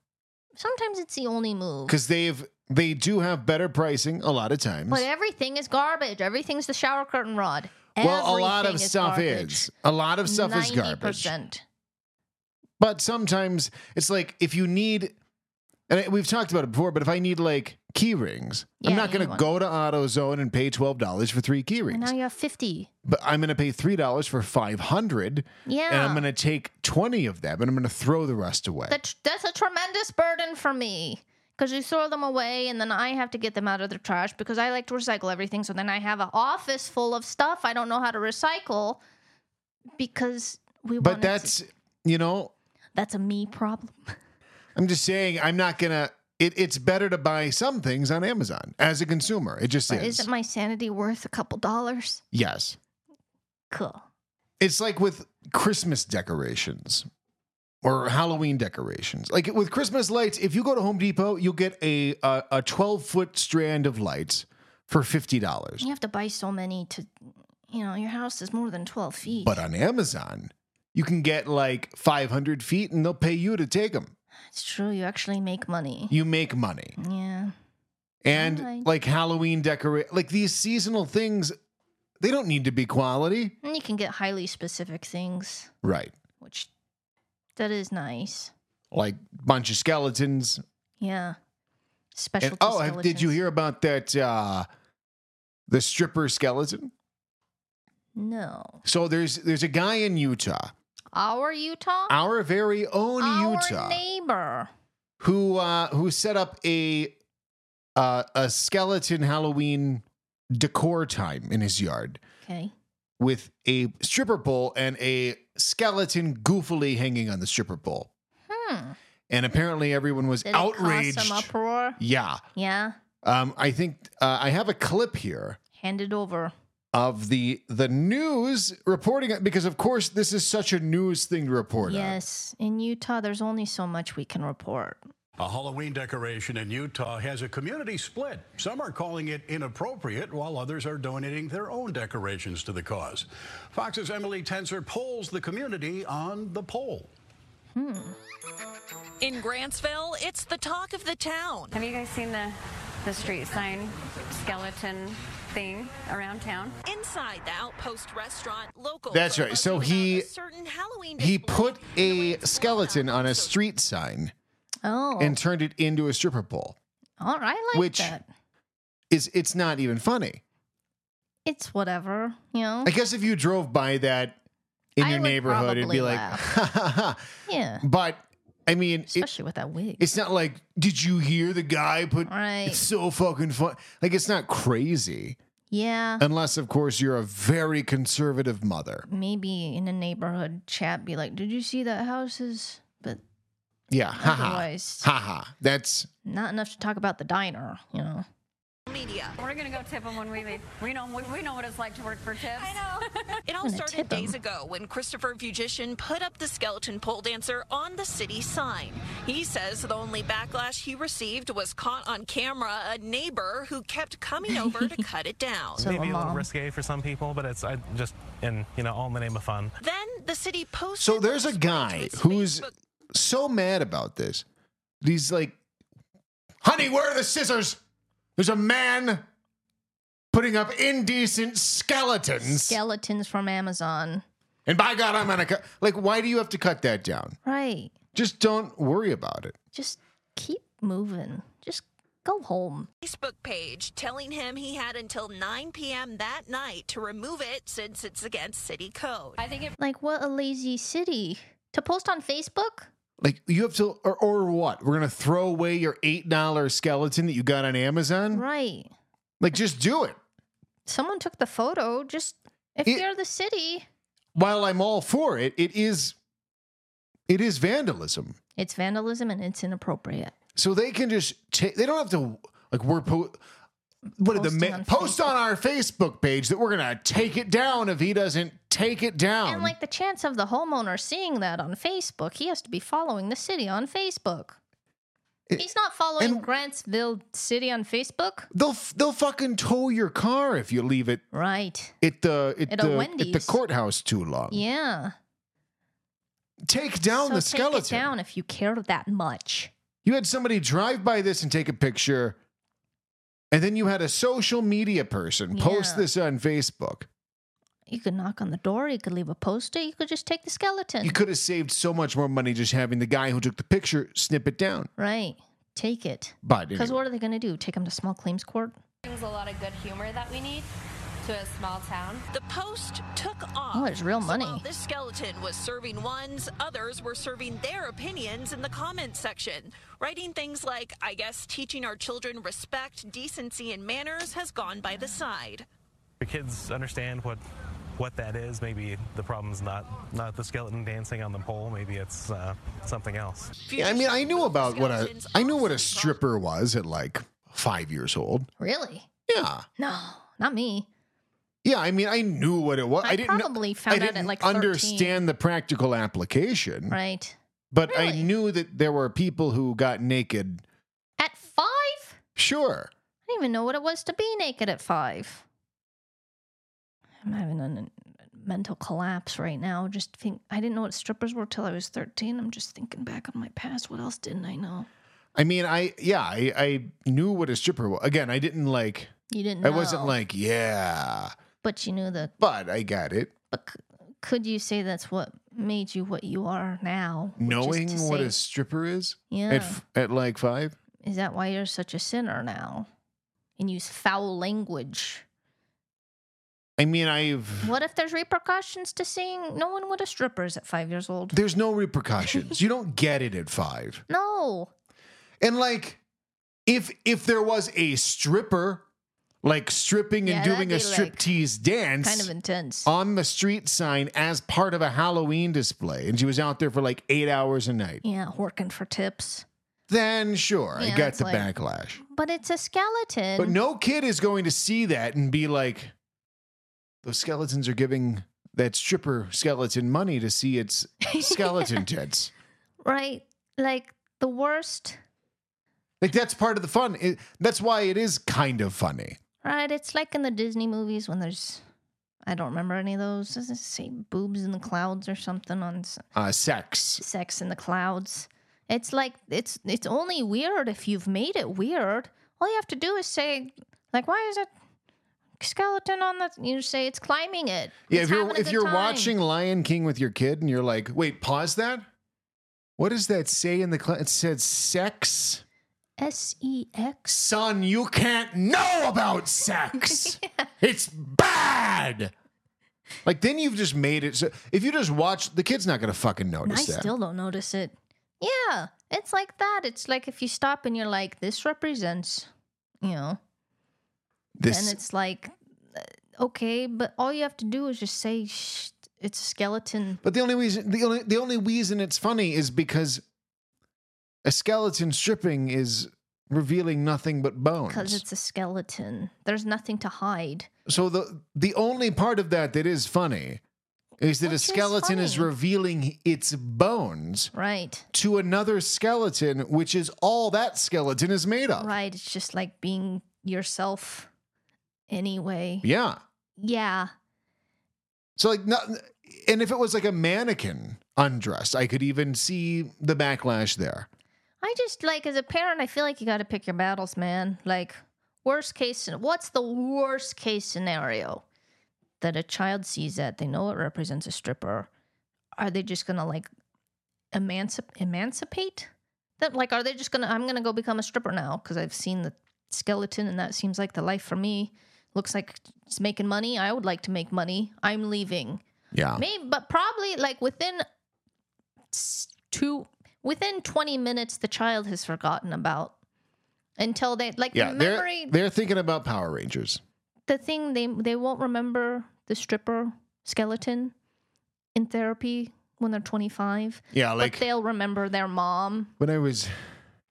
Speaker 2: Sometimes it's the only move.
Speaker 3: because they've they do have better pricing a lot of times.
Speaker 2: But everything is garbage. Everything's the shower curtain rod.
Speaker 3: well, a lot
Speaker 2: Everything
Speaker 3: of stuff
Speaker 2: garbage.
Speaker 3: is a lot of stuff is garbage.
Speaker 2: 90%.
Speaker 3: But sometimes it's like if you need, and I- we've talked about it before. But if I need like key rings, I'm
Speaker 2: Yeah,
Speaker 3: not
Speaker 2: you
Speaker 3: going to
Speaker 2: want-
Speaker 3: go to AutoZone and pay twelve dollars for three key
Speaker 2: And
Speaker 3: rings.
Speaker 2: now you have 50.
Speaker 3: but I'm going to pay three dollars for five hundred,
Speaker 2: Yeah.
Speaker 3: and I'm going to take twenty of them, and I'm going to throw the rest away.
Speaker 2: That, that's a tremendous burden for me. Because you throw them away and then I have to get them out of the trash because I like to recycle everything. So then I have an office full of stuff I don't know how to recycle because we
Speaker 3: but
Speaker 2: wanted to-
Speaker 3: that's you know
Speaker 2: that's a me problem.
Speaker 3: I'm just saying I'm not gonna. It, it's better to buy some things on Amazon as a consumer. It just
Speaker 2: But
Speaker 3: is.
Speaker 2: isn't my sanity worth a couple dollars?
Speaker 3: yes,
Speaker 2: Cool.
Speaker 3: it's like with Christmas decorations or Halloween decorations. Like with Christmas lights, if you go to Home Depot, you'll get a a, a 12 foot strand of lights for fifty dollars.
Speaker 2: You have to buy so many to, you know, your house is more than 12 feet.
Speaker 3: But uh, on Amazon, you can get like 500 feet, and they'll pay you to take them.
Speaker 2: It's true. You actually make money.
Speaker 3: You make money.
Speaker 2: Yeah.
Speaker 3: and
Speaker 2: Alright.
Speaker 3: like Halloween decorate, like these seasonal things, they don't need to be quality,
Speaker 2: And you can get highly specific things,
Speaker 3: right?
Speaker 2: which that is nice.
Speaker 3: Like bunch of skeletons.
Speaker 2: Yeah. Special.
Speaker 3: And, oh, have- did you hear about that? Uh, the stripper skeleton.
Speaker 2: No.
Speaker 3: So there's there's a guy in Utah,
Speaker 2: Our Utah?
Speaker 3: our very own
Speaker 2: Our
Speaker 3: Utah,
Speaker 2: neighbor.
Speaker 3: who uh, who set up a uh, a skeleton Halloween decor time in his yard
Speaker 2: Okay.
Speaker 3: with a stripper pole and a skeleton goofily hanging on the stripper pole.
Speaker 2: Hmm.
Speaker 3: and apparently everyone was
Speaker 2: Did it
Speaker 3: outraged.
Speaker 2: cause some uproar?
Speaker 3: yeah,
Speaker 2: Yeah.
Speaker 3: um, I think uh, I have a clip here
Speaker 2: Hand it over.
Speaker 3: of the the news reporting it because, of course, this is such a news thing to report on.
Speaker 2: Yes. In Utah, there's only so much we can report.
Speaker 4: A Halloween decoration in Utah has a community split. Some are calling it inappropriate, while others are donating their own decorations to the cause. Fox's Emily Tenser polls the community on the poll.
Speaker 5: In Grantsville, it's the talk of the town.
Speaker 6: Have you guys seen the the street sign skeleton thing around town?
Speaker 5: Inside the Outpost restaurant, local.
Speaker 3: That's right. So he- He put a skeleton on a street sign
Speaker 2: Oh.
Speaker 3: and turned it into a stripper pole.
Speaker 2: all right. I like
Speaker 3: which-
Speaker 2: that.
Speaker 3: Is it's not even funny.
Speaker 2: It's whatever, you know?
Speaker 3: I guess if you drove by that in
Speaker 2: I
Speaker 3: your
Speaker 2: would
Speaker 3: neighborhood, it'd
Speaker 2: probably
Speaker 3: be like,
Speaker 2: laugh. yeah.
Speaker 3: but I mean, it,
Speaker 2: Especially with that wig.
Speaker 3: It's not like, did you hear the guy put?
Speaker 2: Right.
Speaker 3: It's so fucking fun. Like, it's not crazy,
Speaker 2: Yeah.
Speaker 3: unless of course you're a very conservative mother.
Speaker 2: Maybe in a neighborhood chat be like, Did you see that house is but
Speaker 3: Yeah, haha,
Speaker 2: otherwise
Speaker 3: haha. That's
Speaker 2: not enough to talk about the diner, you know.
Speaker 5: media.
Speaker 6: We're gonna go tip them when we leave. We know we, we know what it's like to work for tips.
Speaker 5: know. It all
Speaker 2: gonna
Speaker 5: started
Speaker 2: tip 'em.
Speaker 5: days ago when Christopher Fugitian put up the skeleton pole dancer on the city sign. He says the only backlash he received was caught on camera a neighbor who kept coming over to cut it down.
Speaker 2: So
Speaker 7: maybe
Speaker 2: a
Speaker 7: a little
Speaker 2: mom.
Speaker 7: risque for some people, but it's I just in you know all in the name of fun.
Speaker 5: Then the city posted.
Speaker 3: so. There's a
Speaker 5: those
Speaker 3: guy
Speaker 5: words to its
Speaker 3: who's
Speaker 5: Facebook
Speaker 3: so mad about this. He's like, "Honey, where are the scissors? There's a man putting up indecent skeletons,
Speaker 2: Skeletons from Amazon.
Speaker 3: and by God, I'm gonna cut." Like, why do you have to cut that down?
Speaker 2: Right.
Speaker 3: Just don't worry about it.
Speaker 2: Just keep moving. Just Go home.
Speaker 5: Facebook page telling him he had until 9 p.m. that night to remove it since it's against city code.
Speaker 6: I think it
Speaker 2: Like, what a lazy city. To post on Facebook?
Speaker 3: Like you have to, or, or what? We're gonna throw away your eight dollar skeleton that you got on Amazon.
Speaker 2: Right.
Speaker 3: Like just do it.
Speaker 2: Someone took the photo. Just, if
Speaker 3: It-
Speaker 2: you're the city,
Speaker 3: While I'm all for it, it is, it is vandalism.
Speaker 2: it's vandalism and it's inappropriate.
Speaker 3: So they can just take. They don't have to like we're po- what did the
Speaker 2: Posting
Speaker 3: ma-
Speaker 2: on
Speaker 3: post
Speaker 2: Facebook.
Speaker 3: on our Facebook page that we're gonna take it down if he doesn't take it down.
Speaker 2: And like the chance of the homeowner seeing that on Facebook, he has to be following the city on Facebook.
Speaker 3: It-
Speaker 2: He's not following
Speaker 3: and-
Speaker 2: Grantsville City on Facebook.
Speaker 3: they'll f- they'll fucking tow your car if you leave it
Speaker 2: Right.
Speaker 3: at the at,
Speaker 2: At
Speaker 3: the,
Speaker 2: a
Speaker 3: at the
Speaker 2: Wendy's.
Speaker 3: courthouse too long.
Speaker 2: Yeah.
Speaker 3: Take Um, down
Speaker 2: So
Speaker 3: the
Speaker 2: take it
Speaker 3: skeleton.
Speaker 2: down if you care that much.
Speaker 3: You had somebody drive by this and take a picture, and then you had a social media person post
Speaker 2: Yeah.
Speaker 3: this on Facebook.
Speaker 2: You could knock on the door, you could leave a poster, you could just take the skeleton.
Speaker 3: You could have saved so much more money just having the guy who took the picture snip it down.
Speaker 2: right. Take it.
Speaker 3: But
Speaker 2: Because
Speaker 3: anyway.
Speaker 2: what are they going to do? Take him to small claims court?
Speaker 6: brings a lot of good humor that we need to a small town.
Speaker 5: The post took off.
Speaker 2: Oh, there's real
Speaker 5: So
Speaker 2: money.
Speaker 5: while this skeleton was serving ones, others were serving their opinions in the comment section, writing things like, I guess teaching our children respect, decency, and manners has gone by the side.
Speaker 7: Your kids understand what what that is. Maybe the problem's not not the skeleton dancing on the pole. Maybe it's uh, something else.
Speaker 3: Yeah, I mean, I knew about what a
Speaker 5: Skeletons
Speaker 3: I knew what a
Speaker 5: also saw-
Speaker 3: stripper was at like five years old.
Speaker 2: Really?
Speaker 3: Yeah,
Speaker 2: No, not me.
Speaker 3: yeah. I mean, I knew what it was.
Speaker 2: I
Speaker 3: I, didn't
Speaker 2: probably found
Speaker 3: I
Speaker 2: out at,
Speaker 3: didn't
Speaker 2: like, 13.
Speaker 3: understand the practical application,
Speaker 2: Right.
Speaker 3: but I
Speaker 2: Really?
Speaker 3: knew that there were people who got naked.
Speaker 2: At five? I
Speaker 3: Sure,
Speaker 2: didn't even know what it was to be naked at five. I'm having a mental collapse right now. Just think, I didn't know what strippers were till I was 13. I'm just thinking back on my past. What else didn't I know?
Speaker 3: I mean, I yeah, I, I knew what a stripper was. Again, I didn't like.
Speaker 2: You didn't.
Speaker 3: I wasn't
Speaker 2: know,
Speaker 3: like yeah,
Speaker 2: But you knew the.
Speaker 3: but I got it.
Speaker 2: But c- could you say that's what made you what you are now? Which is
Speaker 3: Knowing
Speaker 2: to
Speaker 3: what
Speaker 2: say-
Speaker 3: a stripper is
Speaker 2: Yeah.
Speaker 3: at f- at like five.
Speaker 2: Is that why you're such a sinner now? And use foul language.
Speaker 3: I mean, I've
Speaker 2: What if there's repercussions to seeing no one what a stripper is at five years old?
Speaker 3: there's no repercussions. you don't get it at five.
Speaker 2: No.
Speaker 3: And like, if if there was a stripper, like stripping
Speaker 2: Yeah,
Speaker 3: and
Speaker 2: that'd
Speaker 3: doing a
Speaker 2: be, like,
Speaker 3: striptease dance
Speaker 2: Kind of intense.
Speaker 3: on the street sign as part of a Halloween display, and she was out there for like eight hours a night,
Speaker 2: Yeah, working for tips.
Speaker 3: then sure,
Speaker 2: Yeah,
Speaker 3: I got
Speaker 2: that's
Speaker 3: the
Speaker 2: like-
Speaker 3: backlash.
Speaker 2: But it's a skeleton.
Speaker 3: But no kid is going to see that and be like, those skeletons are giving that stripper skeleton money to see its skeleton tits.
Speaker 2: Right? Like the worst.
Speaker 3: Like that's part of the fun. It- that's why it is kind of funny.
Speaker 2: Right? It's like in the Disney movies when there's. I don't remember any of those. Does it say boobs in the clouds or something on s-
Speaker 3: Uh, sex.
Speaker 2: Sex in the Clouds? It's like it's it's only weird if you've made it weird. All you have to do is say like, why is it skeleton on the? You say it's climbing it.
Speaker 3: Yeah, if
Speaker 2: It's having
Speaker 3: you're
Speaker 2: a
Speaker 3: if
Speaker 2: good
Speaker 3: you're
Speaker 2: time."
Speaker 3: watching Lion King with your kid and you're like, wait, pause that. What does that say in the cl- it said sex?
Speaker 2: S E X.
Speaker 3: Son, you can't know about sex. It's bad. Like then you've just made it so if you just watch the kid's not gonna fucking
Speaker 2: I
Speaker 3: notice that.
Speaker 2: still don't notice it. Yeah, it's like that. It's like if you stop and you're like, this represents, you know,
Speaker 3: this
Speaker 2: and it's like, uh, okay, but all you have to do is just say Shh, it's a skeleton.
Speaker 3: But the only reason the only the only reason it's funny is because a skeleton stripping is revealing nothing but bones.
Speaker 2: Because it's a skeleton. There's nothing to hide.
Speaker 3: So the the only part of that that is funny is that
Speaker 2: Which
Speaker 3: a
Speaker 2: is
Speaker 3: skeleton is,
Speaker 2: funny.
Speaker 3: revealing its bones
Speaker 2: Right.
Speaker 3: to another skeleton, which is all that skeleton is made of.
Speaker 2: Right. It's just like being yourself anyway.
Speaker 3: Yeah.
Speaker 2: Yeah.
Speaker 3: So like, not, and if it was like a mannequin undressed, I could even see the backlash there.
Speaker 2: I just like, as a parent, I feel like you got to pick your battles, man. Like, worst case, scen- what's the worst case scenario that a child sees that? They know it represents a stripper. Are they just going to like emancip- emancipate That like, are they just gonna? I'm gonna go become a stripper now because I've seen the skeleton and that seems like the life for me. Looks like it's making money. I would like to make money. I'm leaving.
Speaker 3: Yeah.
Speaker 2: Maybe, but probably like within s- two, within 20 minutes, the child has forgotten about until they like
Speaker 3: Yeah.
Speaker 2: the
Speaker 3: They're,
Speaker 2: memory.
Speaker 3: they're thinking about Power Rangers.
Speaker 2: the thing they they won't remember the stripper skeleton in therapy when they're 25.
Speaker 3: Yeah. Like
Speaker 2: but they'll remember their mom.
Speaker 3: when I was.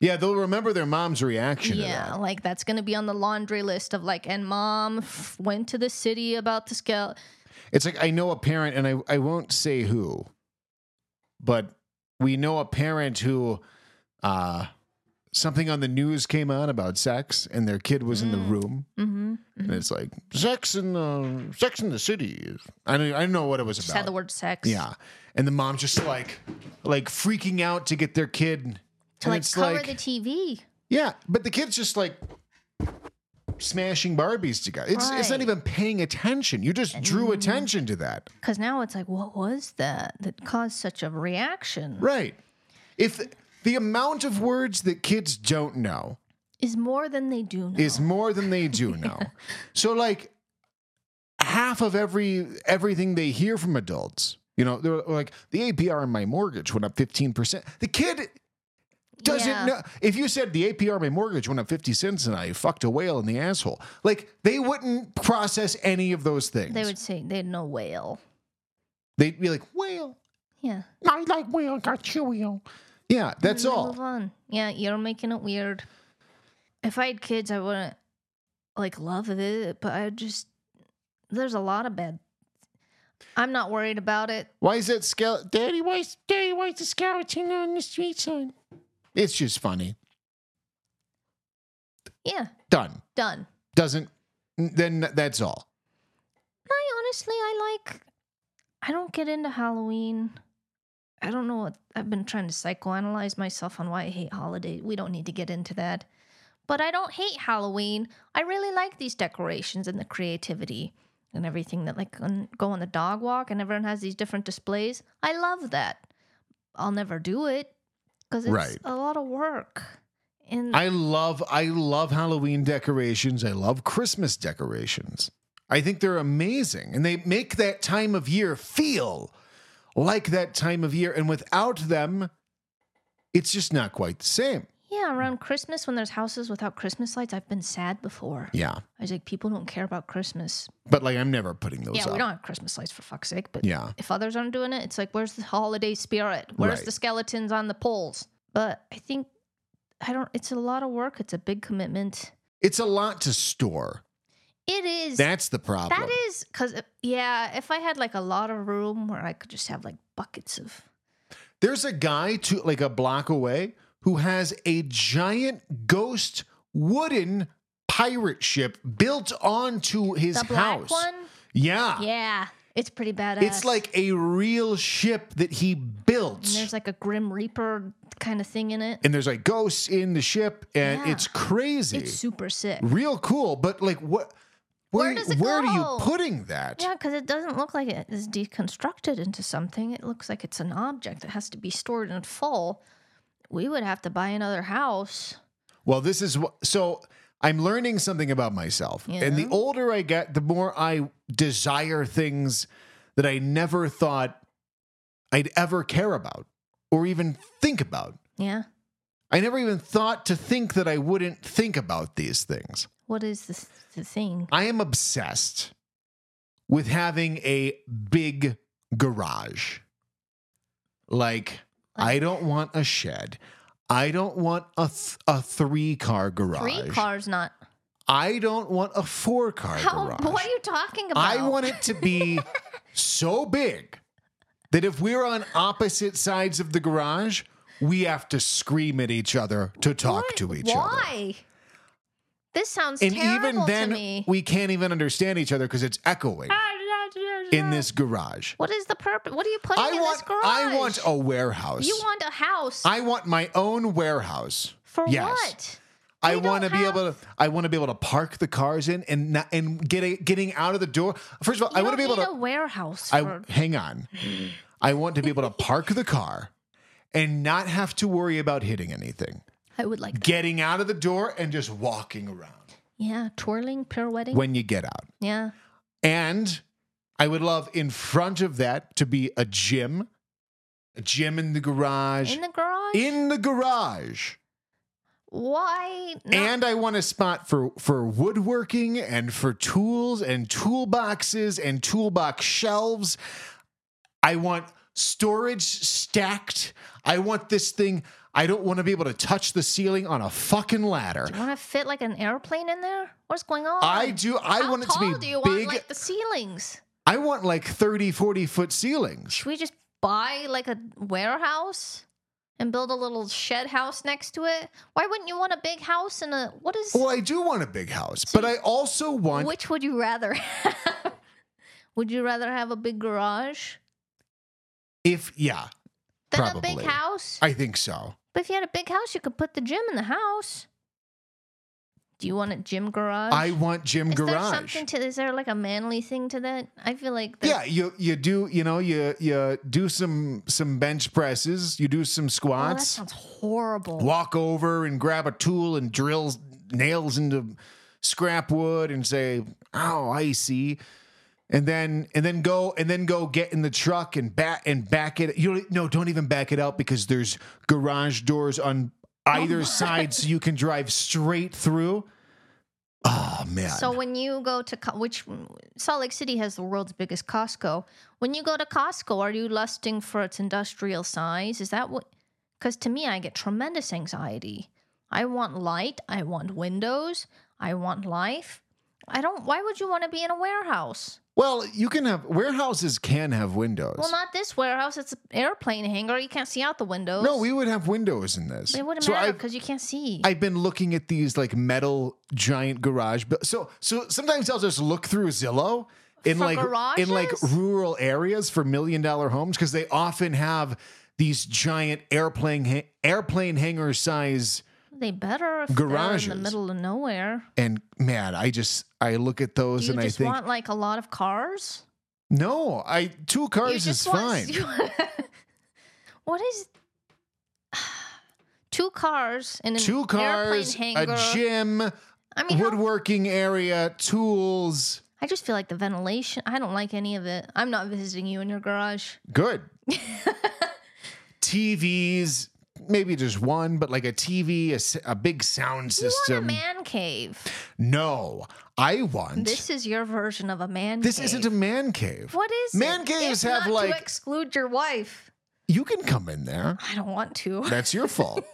Speaker 3: Yeah, they'll remember their mom's reaction. to
Speaker 2: Yeah,
Speaker 3: that.
Speaker 2: like that's gonna be on the laundry list of like, and mom f- went to the city about the scale.
Speaker 3: It's like I know a parent, and I, I won't say who, but we know a parent who uh something on the news came on about sex and their kid was in the room.
Speaker 2: Mm-hmm.
Speaker 3: And it's like sex in the sex in the city. is-" I don't I don't know what it was
Speaker 2: Just
Speaker 3: about.
Speaker 2: had the word sex.
Speaker 3: Yeah. And the mom's just like like freaking out to get their kid
Speaker 2: to
Speaker 3: and
Speaker 2: like
Speaker 3: it's
Speaker 2: cover
Speaker 3: like-
Speaker 2: the TV.
Speaker 3: Yeah, but the kid's just like smashing Barbies together. It's it's not
Speaker 2: Right. Mm.
Speaker 3: even paying attention. You just drew attention to that.
Speaker 2: Because now it's like, what was that that caused such a reaction?
Speaker 3: Right. If the amount of words that kids don't know
Speaker 2: Is more than they do now.
Speaker 3: is more than they do know. so like half of every everything they hear from adults, you know, they're like the APR on my mortgage went up 15%. The kid doesn't
Speaker 2: Yeah.
Speaker 3: know. If you said the APR on my mortgage went up 50 cents and I fucked a whale in the asshole, like they wouldn't process any of those things.
Speaker 2: They would say they had no whale.
Speaker 3: They'd be like, "Whale,
Speaker 2: Yeah.
Speaker 3: I like whale, got you whale." Yeah, that's
Speaker 2: And then
Speaker 3: all.
Speaker 2: Move on. Yeah, you're making it weird. If I had kids, I wouldn't like love it, but I just there's a lot of bad. I'm not worried about it.
Speaker 3: Why is that skeleton? Daddy, why is Daddy, why is the skeleton on the street sign? It's just funny.
Speaker 2: Yeah,
Speaker 3: Done.
Speaker 2: done.
Speaker 3: Doesn't. Then that's all.
Speaker 2: I honestly, I like. I don't get into Halloween. I don't know what I've been trying to psychoanalyze myself on why I hate holidays. We don't need to get into that. But I don't hate Halloween. I really like these decorations and the creativity and everything that like on, go on the dog walk and everyone has these different displays. I love that. I'll never do it because it's
Speaker 3: Right.
Speaker 2: a lot of work. And
Speaker 3: I love. I love Halloween decorations. I love Christmas decorations. I think they're amazing, and they make that time of year feel like that time of year. And without them, it's just not quite the same.
Speaker 2: yeah, around Christmas when there's houses without Christmas lights, I've been sad before.
Speaker 3: Yeah,
Speaker 2: I was like, people don't care about Christmas.
Speaker 3: but like I'm never putting those
Speaker 2: Yeah,
Speaker 3: up.
Speaker 2: we don't have Christmas lights for fuck's sake. But
Speaker 3: Yeah.
Speaker 2: if others aren't doing it, it's like, where's the holiday spirit? Where's
Speaker 3: Right.
Speaker 2: the skeletons on the poles? But I think I don't. It's a lot of work. It's a big commitment.
Speaker 3: It's a lot to store.
Speaker 2: It is.
Speaker 3: That's the problem.
Speaker 2: that is because yeah. If I had like a lot of room where I could just have like buckets of
Speaker 3: There's a guy to like a block away who has a giant ghost wooden pirate ship built onto his
Speaker 2: the black
Speaker 3: house.
Speaker 2: one,
Speaker 3: Yeah.
Speaker 2: yeah, it's pretty badass.
Speaker 3: It's like a real ship that he built.
Speaker 2: and there's like a grim reaper kind of thing in it.
Speaker 3: And there's, like ghosts in the ship and
Speaker 2: Yeah.
Speaker 3: it's crazy.
Speaker 2: It's super sick.
Speaker 3: real cool, but like what where,
Speaker 2: Where does it
Speaker 3: where are you
Speaker 2: go?
Speaker 3: putting that?
Speaker 2: Yeah, because it doesn't look like it is deconstructed into something. It looks like it's an object that has to be stored in full. We would have to buy another house.
Speaker 3: Well, this is what. So I'm learning something about myself. And the
Speaker 2: Yeah.
Speaker 3: older I get, the more I desire things that I never thought I'd ever care about or even think about.
Speaker 2: Yeah.
Speaker 3: I never even thought to think that I wouldn't think about these things.
Speaker 2: What is the, the thing?
Speaker 3: I am obsessed with having a big garage. Like, I don't want a shed. I don't want a th- a three car garage.
Speaker 2: Three cars, not.
Speaker 3: I don't want a four car
Speaker 2: How,
Speaker 3: garage.
Speaker 2: what are you talking about?
Speaker 3: I want it to be so big that if we're on opposite sides of the garage, we have to scream at each other to talk
Speaker 2: What?
Speaker 3: to each other.
Speaker 2: Why? This sounds
Speaker 3: And
Speaker 2: terrible
Speaker 3: even
Speaker 2: to
Speaker 3: then,
Speaker 2: me.
Speaker 3: we can't even understand each other because it's echoing in this garage.
Speaker 2: what is the purpose? What are you putting
Speaker 3: I
Speaker 2: in
Speaker 3: want,
Speaker 2: this garage?
Speaker 3: I want a warehouse.
Speaker 2: You want a house
Speaker 3: I want my own warehouse.
Speaker 2: for
Speaker 3: yes.
Speaker 2: what?
Speaker 3: I
Speaker 2: We
Speaker 3: want to
Speaker 2: don't
Speaker 3: be
Speaker 2: have-
Speaker 3: able to. I want to be able to park the cars in and not, and get a, getting out of the door. First of all, I
Speaker 2: You
Speaker 3: want to
Speaker 2: don't
Speaker 3: be able
Speaker 2: need
Speaker 3: to.
Speaker 2: a warehouse.
Speaker 3: I
Speaker 2: for,
Speaker 3: hang on. I want to be able to park the car and not have to worry about hitting anything.
Speaker 2: I would like that.
Speaker 3: Getting out of the door and just walking around
Speaker 2: Yeah, twirling, pirouetting.
Speaker 3: when you get out.
Speaker 2: yeah.
Speaker 3: And I would love in front of that to be a gym, a gym in the garage,
Speaker 2: In the garage?
Speaker 3: in the garage.
Speaker 2: Why? not?
Speaker 3: And I want a spot for for woodworking and for tools and toolboxes and toolbox shelves. I want storage stacked. I want this thing. I don't want to be able to touch the ceiling on a fucking ladder.
Speaker 2: you want to fit like an airplane in there? What's going on?
Speaker 3: I do. I
Speaker 2: How
Speaker 3: want it to
Speaker 2: tall
Speaker 3: be
Speaker 2: do you
Speaker 3: big.
Speaker 2: want like the ceilings?
Speaker 3: I want like 30, 40 foot ceilings.
Speaker 2: Should we just buy like a warehouse and build a little shed house next to it? Why wouldn't you want a big house and a what is
Speaker 3: Well, I do want a big house, but I also want
Speaker 2: which would you rather have? would you rather have a big garage
Speaker 3: if yeah,
Speaker 2: than a
Speaker 3: Probably.
Speaker 2: big house?
Speaker 3: I think so.
Speaker 2: but if you had a big house, you could put the gym in the house. Do you want a gym garage?
Speaker 3: I want gym
Speaker 2: is there
Speaker 3: garage.
Speaker 2: something to is there like a manly thing to that? I feel like there's
Speaker 3: Yeah, you you do you know you you do some some bench presses, you do some
Speaker 2: Oh, that
Speaker 3: squats,
Speaker 2: sounds horrible.
Speaker 3: walk over and grab a tool and drill nails into scrap wood and say, "Oh, I see," and then and then go and then go get in the truck and back and back it. You don't, no, don't even back it out because there's garage doors on
Speaker 2: Oh,
Speaker 3: either side, so you can drive straight through. Oh man!
Speaker 2: So when you go to Co- which Salt Lake City has the world's biggest Costco, when you go to Costco, are you lusting for its industrial size? Is that what? Because to me, I get tremendous anxiety. I want light. I want windows. I want life. I don't. Why would you want to be in a warehouse?
Speaker 3: well, you can have warehouses can have windows.
Speaker 2: Well, not this warehouse. It's an airplane hangar. You can't see out the windows.
Speaker 3: No, we would have windows in this.
Speaker 2: It wouldn't
Speaker 3: so
Speaker 2: matter
Speaker 3: I've,
Speaker 2: because you can't see.
Speaker 3: I've been looking at these like metal giant garage. bu- So so sometimes I'll just look through Zillow in
Speaker 2: For
Speaker 3: like in like
Speaker 2: garages?
Speaker 3: rural areas for million dollar homes because they often have these giant airplane ha- airplane hangar size.
Speaker 2: they better if
Speaker 3: Garages.
Speaker 2: they're in the middle of nowhere.
Speaker 3: And man, I just I look at
Speaker 2: Do
Speaker 3: those
Speaker 2: you
Speaker 3: and I
Speaker 2: just
Speaker 3: think
Speaker 2: want like a lot of cars?
Speaker 3: no, I two cars is fine.
Speaker 2: what is two cars and an
Speaker 3: two cars,
Speaker 2: airplane hangar?
Speaker 3: a gym,
Speaker 2: I mean, how-
Speaker 3: woodworking area, tools.
Speaker 2: I just feel like the ventilation. I don't like any of it. I'm not visiting you in your garage.
Speaker 3: Good. TVs, maybe just one, but like a TV, a s- a, big sound
Speaker 2: You want a
Speaker 3: system.
Speaker 2: man cave.
Speaker 3: No, I want.
Speaker 2: This is your version of a man.
Speaker 3: This
Speaker 2: cave.
Speaker 3: isn't a man cave.
Speaker 2: What is
Speaker 3: man
Speaker 2: it?
Speaker 3: caves?
Speaker 2: If
Speaker 3: Have
Speaker 2: not
Speaker 3: like
Speaker 2: to exclude your wife.
Speaker 3: you can come in there.
Speaker 2: I don't want to.
Speaker 3: That's your fault.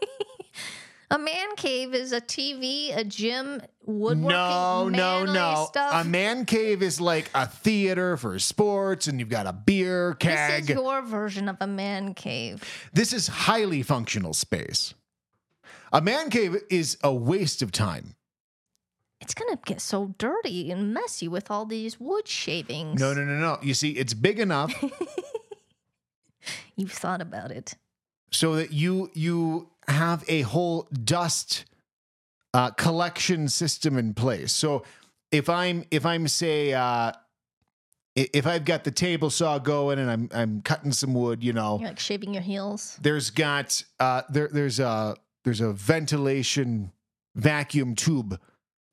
Speaker 2: A man cave is a TV, a gym, woodworking,
Speaker 3: no, no,
Speaker 2: manly
Speaker 3: no.
Speaker 2: stuff.
Speaker 3: A man cave is like a theater for sports, and you've got a beer
Speaker 2: this
Speaker 3: keg.
Speaker 2: is your version of a man cave.
Speaker 3: This is highly functional space. A man cave is a waste of time.
Speaker 2: it's gonna get so dirty and messy with all these wood shavings.
Speaker 3: No, no, no, no. You see, it's big enough
Speaker 2: You've thought about it.
Speaker 3: so that you you have a whole dust uh, collection system in place. So if I'm if I'm say uh, i- if I've got the table saw going and I'm I'm cutting some wood, you know,
Speaker 2: You're like shaving your heels.
Speaker 3: there's got uh, there there's a there's a ventilation vacuum tube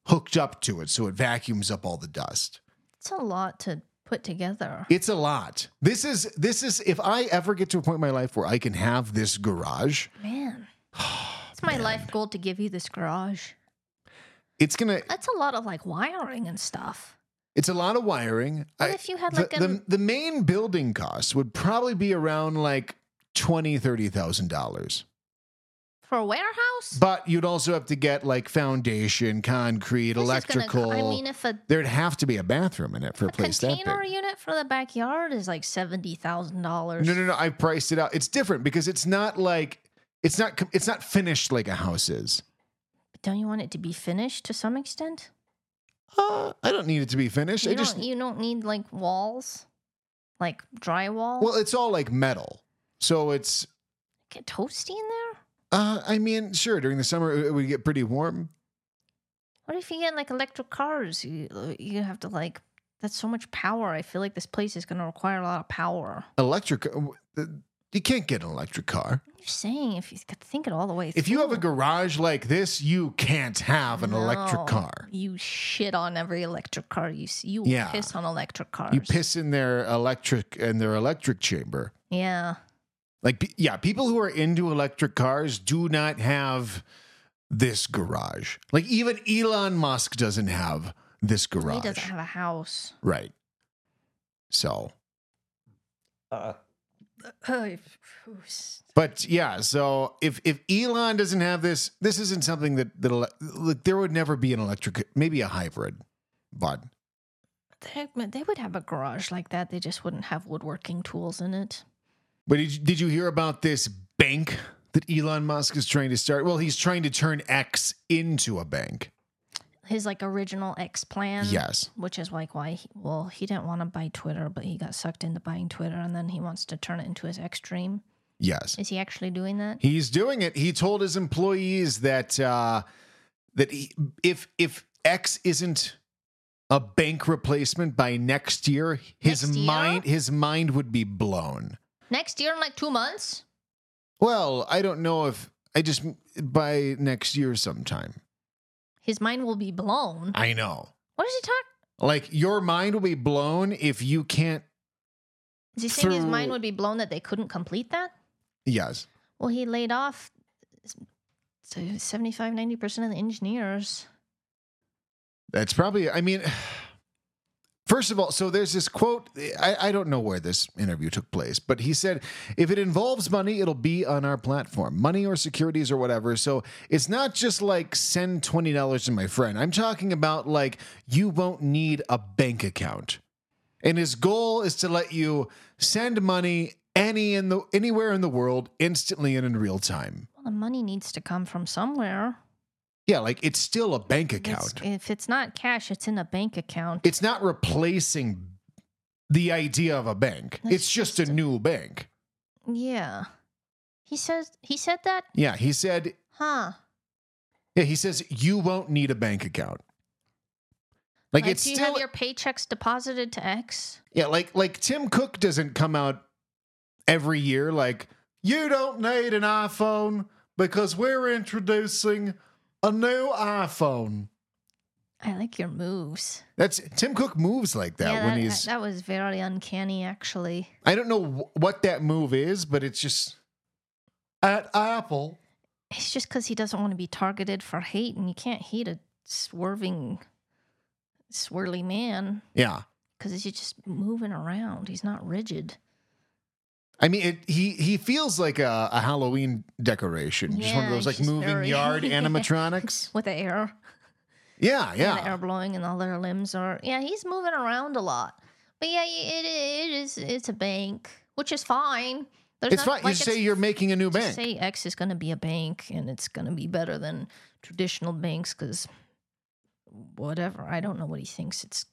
Speaker 3: hooked up to it, so it vacuums up all the dust.
Speaker 2: It's a lot to put together.
Speaker 3: It's a lot. This is this is if I ever get to a point in my life where I can have this garage,
Speaker 2: Man. It's my life goal to give you this garage.
Speaker 3: it's gonna
Speaker 2: That's a lot of like wiring and stuff.
Speaker 3: It's a lot of wiring.
Speaker 2: What if you had,
Speaker 3: the,
Speaker 2: like,
Speaker 3: the,
Speaker 2: an-
Speaker 3: the main building costs would probably be around like twenty thirty thousand dollars,
Speaker 2: For a warehouse?
Speaker 3: but you'd also have to get like foundation, concrete,
Speaker 2: This is gonna
Speaker 3: electrical.
Speaker 2: co- I mean, if a,
Speaker 3: There'd have to be a bathroom in it for a,
Speaker 2: a
Speaker 3: place that
Speaker 2: container
Speaker 3: big.
Speaker 2: unit for the backyard is like seventy thousand dollars.
Speaker 3: No, no, no. I priced it out. It's different because it's not like it's not com- it's not finished like a house is.
Speaker 2: Don't you want it to be finished to some extent?
Speaker 3: Uh, I don't need it to be finished.
Speaker 2: You
Speaker 3: I just
Speaker 2: don't you don't need like walls? Like drywall?
Speaker 3: well, it's all like metal, so it's.
Speaker 2: Get toasty in there?
Speaker 3: Uh, I mean, sure. During the summer, it it would get pretty warm.
Speaker 2: What if you get like electric cars? You you have to like that's so much power. I feel like this place is going to require a lot of power.
Speaker 3: electric. uh, w- the- You can't get an electric car.
Speaker 2: You're saying if you could think it all the way through.
Speaker 3: If you have a garage like this, you can't have an electric
Speaker 2: No.
Speaker 3: car.
Speaker 2: You shit on every electric car. You s- you
Speaker 3: Yeah.
Speaker 2: piss on electric cars.
Speaker 3: You piss in their electric in their electric chamber.
Speaker 2: Yeah.
Speaker 3: Like pe- yeah, people who are into electric cars do not have this garage. Like even Elon Musk doesn't have this garage.
Speaker 2: He doesn't have a house.
Speaker 3: right. So, but yeah, so if if Elon doesn't have this, this isn't something that that ele- like there would never be an electric, maybe a hybrid, but
Speaker 2: They, they would have a garage like that. They just wouldn't have woodworking tools in it.
Speaker 3: But did you, did you hear about this bank that Elon Musk is trying to start? Well, he's trying to turn X into a bank.
Speaker 2: His like original X plan.
Speaker 3: Yes.
Speaker 2: Which is like why he, well he didn't want to buy Twitter, but he got sucked into buying Twitter, and then he wants to turn it into his X dream.
Speaker 3: Yes.
Speaker 2: Is he actually doing that?
Speaker 3: He's doing it. He told his employees that uh, that he, if if X isn't a bank replacement by next year, his
Speaker 2: Next year?
Speaker 3: mind his mind would be blown.
Speaker 2: Next year in like two months.
Speaker 3: Well, I don't know if I just by next year sometime.
Speaker 2: His mind will be blown.
Speaker 3: I know.
Speaker 2: What is he talking?
Speaker 3: Like your mind will be blown if you can't.
Speaker 2: Is he saying his mind
Speaker 3: Through-
Speaker 2: would be blown that they couldn't complete that?
Speaker 3: Yes.
Speaker 2: Well, he laid off so 75, 90% of the engineers.
Speaker 3: That's probably, I mean, first of all, so there's this quote. I, I don't know where this interview took place, but he said, if it involves money, it'll be on our platform, money or securities or whatever. So it's not just like send $20 to my friend. I'm talking about like you won't need a bank account. And his goal is to let you send money any in the anywhere in the world instantly and in real time.
Speaker 2: Well, the money needs to come from somewhere.
Speaker 3: Yeah, like it's still a bank
Speaker 2: It's-
Speaker 3: account.
Speaker 2: if it's not cash, it's in a bank account.
Speaker 3: it's not replacing the idea of a bank.
Speaker 2: That's
Speaker 3: it's just a new bank.
Speaker 2: yeah. He says he said that?
Speaker 3: Yeah, he said.
Speaker 2: Huh.
Speaker 3: Yeah, he says you won't need a bank account. Like,
Speaker 2: Like,
Speaker 3: it's
Speaker 2: do you
Speaker 3: still
Speaker 2: have your paychecks deposited to X?
Speaker 3: yeah. Like like Tim Cook doesn't come out every year like you don't need an iPhone because we're introducing a new iPhone.
Speaker 2: I like your moves.
Speaker 3: That's Tim Cook moves like that
Speaker 2: yeah,
Speaker 3: when
Speaker 2: that,
Speaker 3: he's.
Speaker 2: that was very uncanny actually.
Speaker 3: I don't know wh- what that move is, but it's just at Apple.
Speaker 2: It's just because he doesn't want to be targeted for hate, and you can't hate a swerving, swirly man
Speaker 3: Yeah.
Speaker 2: because he's just moving around. He's not rigid.
Speaker 3: I mean, it, he he feels like a, a Halloween decoration, just one of
Speaker 2: Yeah,
Speaker 3: those like
Speaker 2: he's
Speaker 3: moving
Speaker 2: very-
Speaker 3: yard animatronics.
Speaker 2: with the air,
Speaker 3: Yeah,
Speaker 2: yeah. the
Speaker 3: yeah,
Speaker 2: air blowing, and uh, all their limbs are. Yeah, he's moving around a lot. But yeah, it, it is. It's a bank, which is fine. There's
Speaker 3: it's
Speaker 2: not-
Speaker 3: fine. You
Speaker 2: it's-
Speaker 3: say you're making a new bank.
Speaker 2: just Say X is going to be a bank, and it's going to be better than traditional banks because whatever. I don't know what he thinks it's,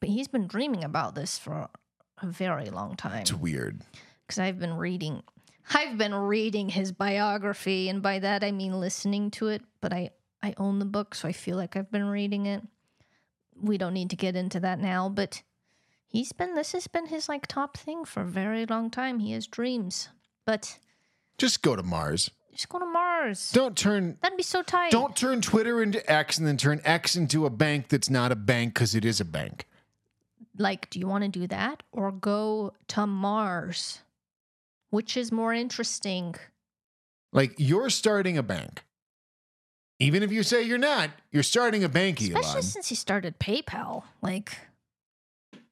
Speaker 2: but he's been dreaming about this for a very long time
Speaker 3: it's weird.
Speaker 2: because I've been reading. I've been reading his biography, and by that I mean listening to it. But I I own the book, so I feel like I've been reading it. We don't need to get into that now, but he's been this has been his like top thing for a very long time. He has dreams, but
Speaker 3: Just go to Mars.
Speaker 2: just go to Mars.
Speaker 3: Don't turn
Speaker 2: That'd be so tight.
Speaker 3: don't turn Twitter into X and then turn X into a bank that's not a bank because it is a bank.
Speaker 2: like, do you want to do that or go to Mars? Which is more interesting?
Speaker 3: Like you're starting a bank. Even if you say you're not, you're starting a bank,
Speaker 2: Especially
Speaker 3: Elon.
Speaker 2: since he started PayPal. Like,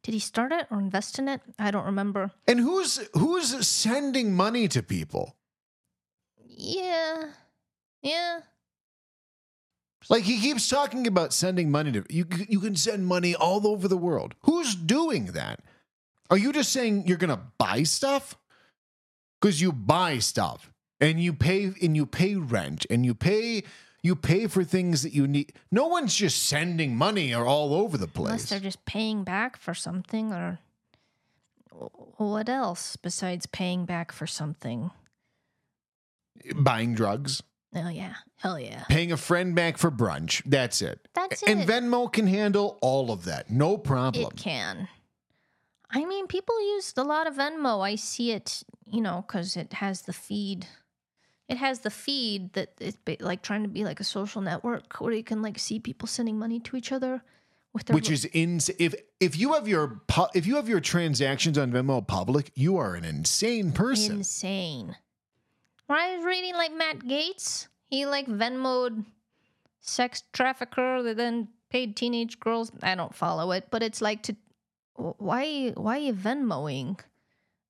Speaker 2: did he start it or invest in it? I don't remember.
Speaker 3: And who's who's sending money to people?
Speaker 2: Yeah. Yeah.
Speaker 3: Like he keeps talking about sending money to you. You can send money all over the world. Who's doing that? Are you just saying you're gonna buy stuff? Because you buy stuff and you pay and you pay rent and you pay you pay for things that you need. No one's just sending money or all over the
Speaker 2: Unless
Speaker 3: place.
Speaker 2: they're just paying back for something or Wh- what else besides paying back for something?
Speaker 3: Buying drugs,
Speaker 2: Oh, yeah. Hell yeah.
Speaker 3: paying a friend back for brunch. That's it.
Speaker 2: That's
Speaker 3: And
Speaker 2: it.
Speaker 3: Venmo can handle all of that. No problem.
Speaker 2: It can. I mean, people used a lot of Venmo. I see it, you know, because it has the feed. It has the feed that it's ba- like trying to be like a social network where you can like see people sending money to each other with their
Speaker 3: which is insane. If if you have your pu- if you have your transactions on Venmo public, you are an insane person.
Speaker 2: insane. When I was reading like Matt Gates, he like Venmoed sex trafficker that then paid teenage girls. I don't follow it, but it's like to why why are you Venmoing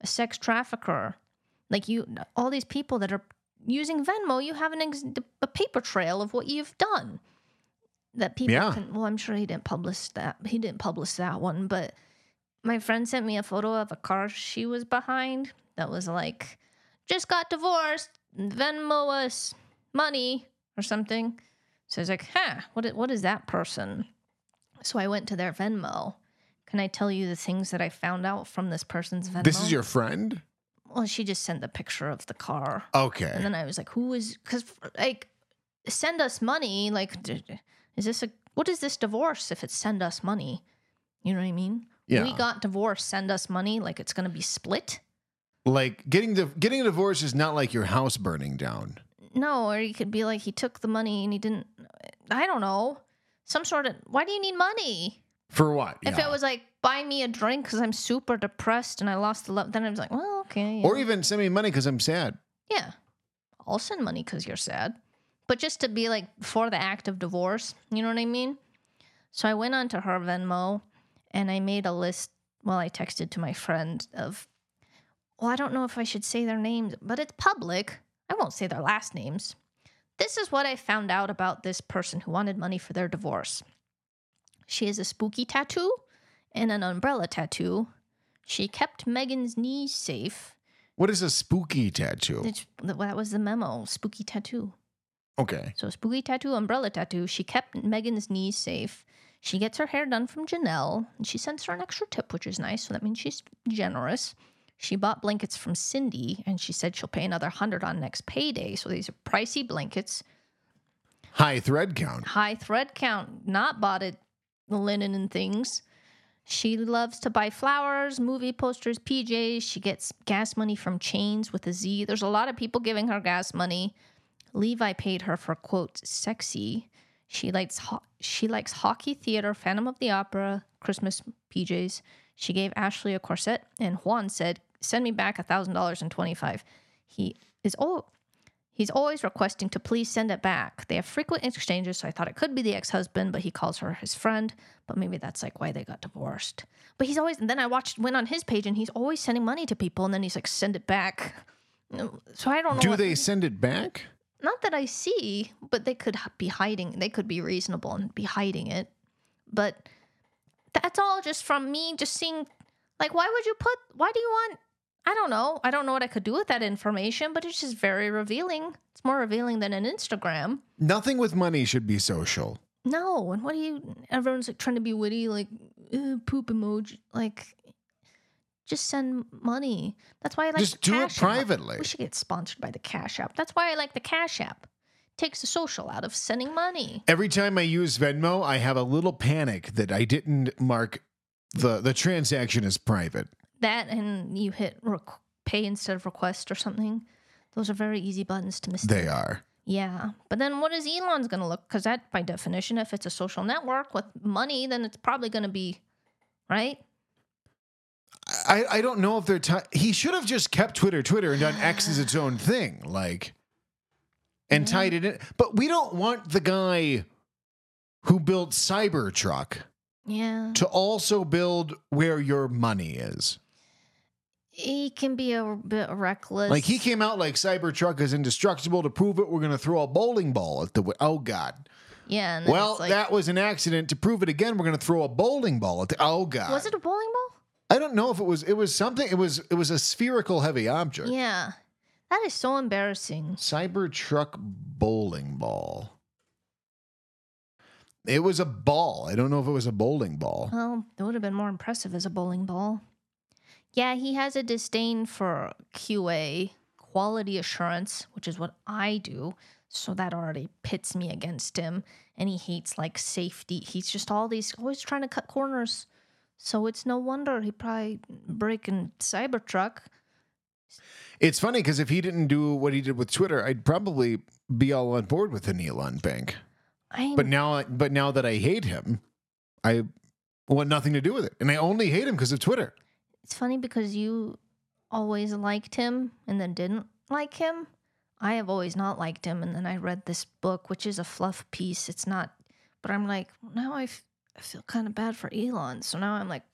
Speaker 2: a sex trafficker? Like you, all these people that are using Venmo, you have an ex- a paper trail of what you've done. That people
Speaker 3: Yeah.
Speaker 2: can. Well, I'm sure he didn't publish that. He didn't publish that one, but my friend sent me a photo of a car she was behind that was like just got divorced venmo us money or something so i was like huh what, i- what is that person so i went to their venmo can i tell you the things that i found out from this person's venmo
Speaker 3: This is your friend.
Speaker 2: well she just sent the picture of the car
Speaker 3: Okay.
Speaker 2: and then I was like, who is, because like, send us money. Like, d- d- is this a, what is this divorce if it's send us money? You know what I mean?
Speaker 3: Yeah.
Speaker 2: We got divorced, send us money. Like, it's going to be split.
Speaker 3: like getting the getting a divorce is not like your house burning down.
Speaker 2: No, or you could be like, he took the money and he didn't, I don't know. Some sort of, why do you need money?
Speaker 3: For what?
Speaker 2: If it was like, buy me a drink because I'm super depressed and I lost the love, then I was like, well, okay. yeah.
Speaker 3: or even send me money because I'm sad.
Speaker 2: Yeah. I'll send money because you're sad. But just to be like for the act of divorce, you know what I mean? So I went onto her Venmo and I made a list. Well, I texted to my friend of, well, I don't know if I should say their names, but it's public. I won't say their last names. This is what I found out about this person who wanted money for their divorce. She has a spooky tattoo and an umbrella tattoo. She kept Megan's knees safe.
Speaker 3: What is a spooky tattoo?
Speaker 2: It's, that that was the memo. Spooky tattoo.
Speaker 3: Okay.
Speaker 2: So spooky tattoo, umbrella tattoo. She kept Megan's knees safe. She gets her hair done from Janelle, and she sends her an extra tip, which is nice. So that means she's generous. She bought blankets from Cindy, and she said she'll pay another hundred on next payday. So these are pricey blankets
Speaker 3: High thread count.
Speaker 2: high thread count, not bought it the linen and things. She loves to buy flowers, movie posters, PJs. She gets gas money from chains with a Z. There's a lot of people giving her gas money. Levi paid her for quote sexy. She likes ho- she likes hockey, theater, Phantom of the Opera, Christmas PJs. She gave Ashley a corset, and Juan said, "Send me back a thousand dollars and twenty five. He is oh He's always requesting to please send it back. They have frequent exchanges, so I thought it could be the ex husband, but he calls her his friend. But maybe that's like why they got divorced. But he's always, and then I watched, went on his page, and he's always sending money to people, and then he's like, send it back. So I don't know.
Speaker 3: Do
Speaker 2: what-
Speaker 3: they send it back?
Speaker 2: Not that I see, but they could h- be hiding, they could be reasonable and be hiding it. But that's all just from me just seeing, like, why would you put, why do you want, I don't know. I don't know what I could do with that information, but it's just very revealing. It's more revealing than an Instagram.
Speaker 3: Nothing with money should be social.
Speaker 2: No, and what do you? Everyone's like trying to be witty, like uh, poop emoji, like just send money. That's why I like
Speaker 3: Just
Speaker 2: the
Speaker 3: do it
Speaker 2: Cash App.
Speaker 3: privately.
Speaker 2: We should get sponsored by the Cash App. That's why I like the Cash App. Takes the social out of sending money.
Speaker 3: Every time I use Venmo, I have a little panic that I didn't mark the the transaction as private.
Speaker 2: That and you hit requ pay instead of request or something. Those are very easy buttons to mistake.
Speaker 3: They are.
Speaker 2: Yeah, but then what is Elon's going to look? Because that, by definition, if it's a social network with money, then it's probably going to be right.
Speaker 3: I, I don't know if they're. T- he should have just kept Twitter, Twitter, and done X as its own thing, like, and tied it in. But we don't want the guy who built Cybertruck
Speaker 2: Yeah.
Speaker 3: to also build where your money is.
Speaker 2: he can be a bit reckless.
Speaker 3: Like he came out like Cybertruck is indestructible. To prove it, we're going to throw a bowling ball at the. W- oh God!
Speaker 2: yeah. And then
Speaker 3: Well,
Speaker 2: it's like,
Speaker 3: that was an accident. To prove it again, we're going to throw a bowling ball at the. Oh God!
Speaker 2: was it a bowling ball?
Speaker 3: I don't know if it was. It was something. It was. It was a spherical heavy object.
Speaker 2: Yeah, that is so embarrassing.
Speaker 3: Cybertruck bowling ball. It was a ball. I don't know if it was a bowling ball.
Speaker 2: Well, it would have been more impressive as a bowling ball. Yeah, he has a disdain for QA, quality assurance, which is what I do. So that already pits me against him. And he hates like safety. He's just all these always trying to cut corners. So it's no wonder he probably breaking Cybertruck.
Speaker 3: It's funny because if he didn't do what he did with Twitter, I'd probably be all on board with an Elon Bank.
Speaker 2: I
Speaker 3: But now, but now that I hate him, I want nothing to do with it, and I only hate him because of Twitter.
Speaker 2: it's funny because you always liked him and then didn't like him. I have always not liked him, and then I read this book, which is a fluff piece. It's not, but I'm like now I, f- I feel kind of bad for Elon. So now I'm like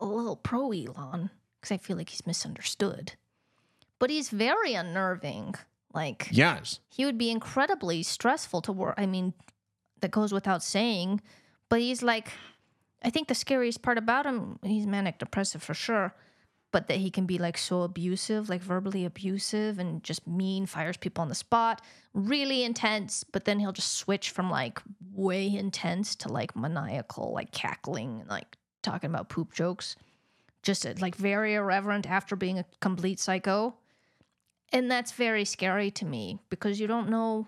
Speaker 2: a little pro Elon because I feel like he's misunderstood. But he's very unnerving. Like
Speaker 3: Yes,
Speaker 2: he would be incredibly stressful to work. I mean, that goes without saying. But he's like, I think the scariest part about him, he's manic depressive for sure, but that he can be like so abusive, like verbally abusive and just mean, fires people on the spot, really intense. But then he'll just switch from like way intense to like maniacal, like cackling and like talking about poop jokes. Just uh, like very irreverent after being a complete psycho. And that's very scary to me because you don't know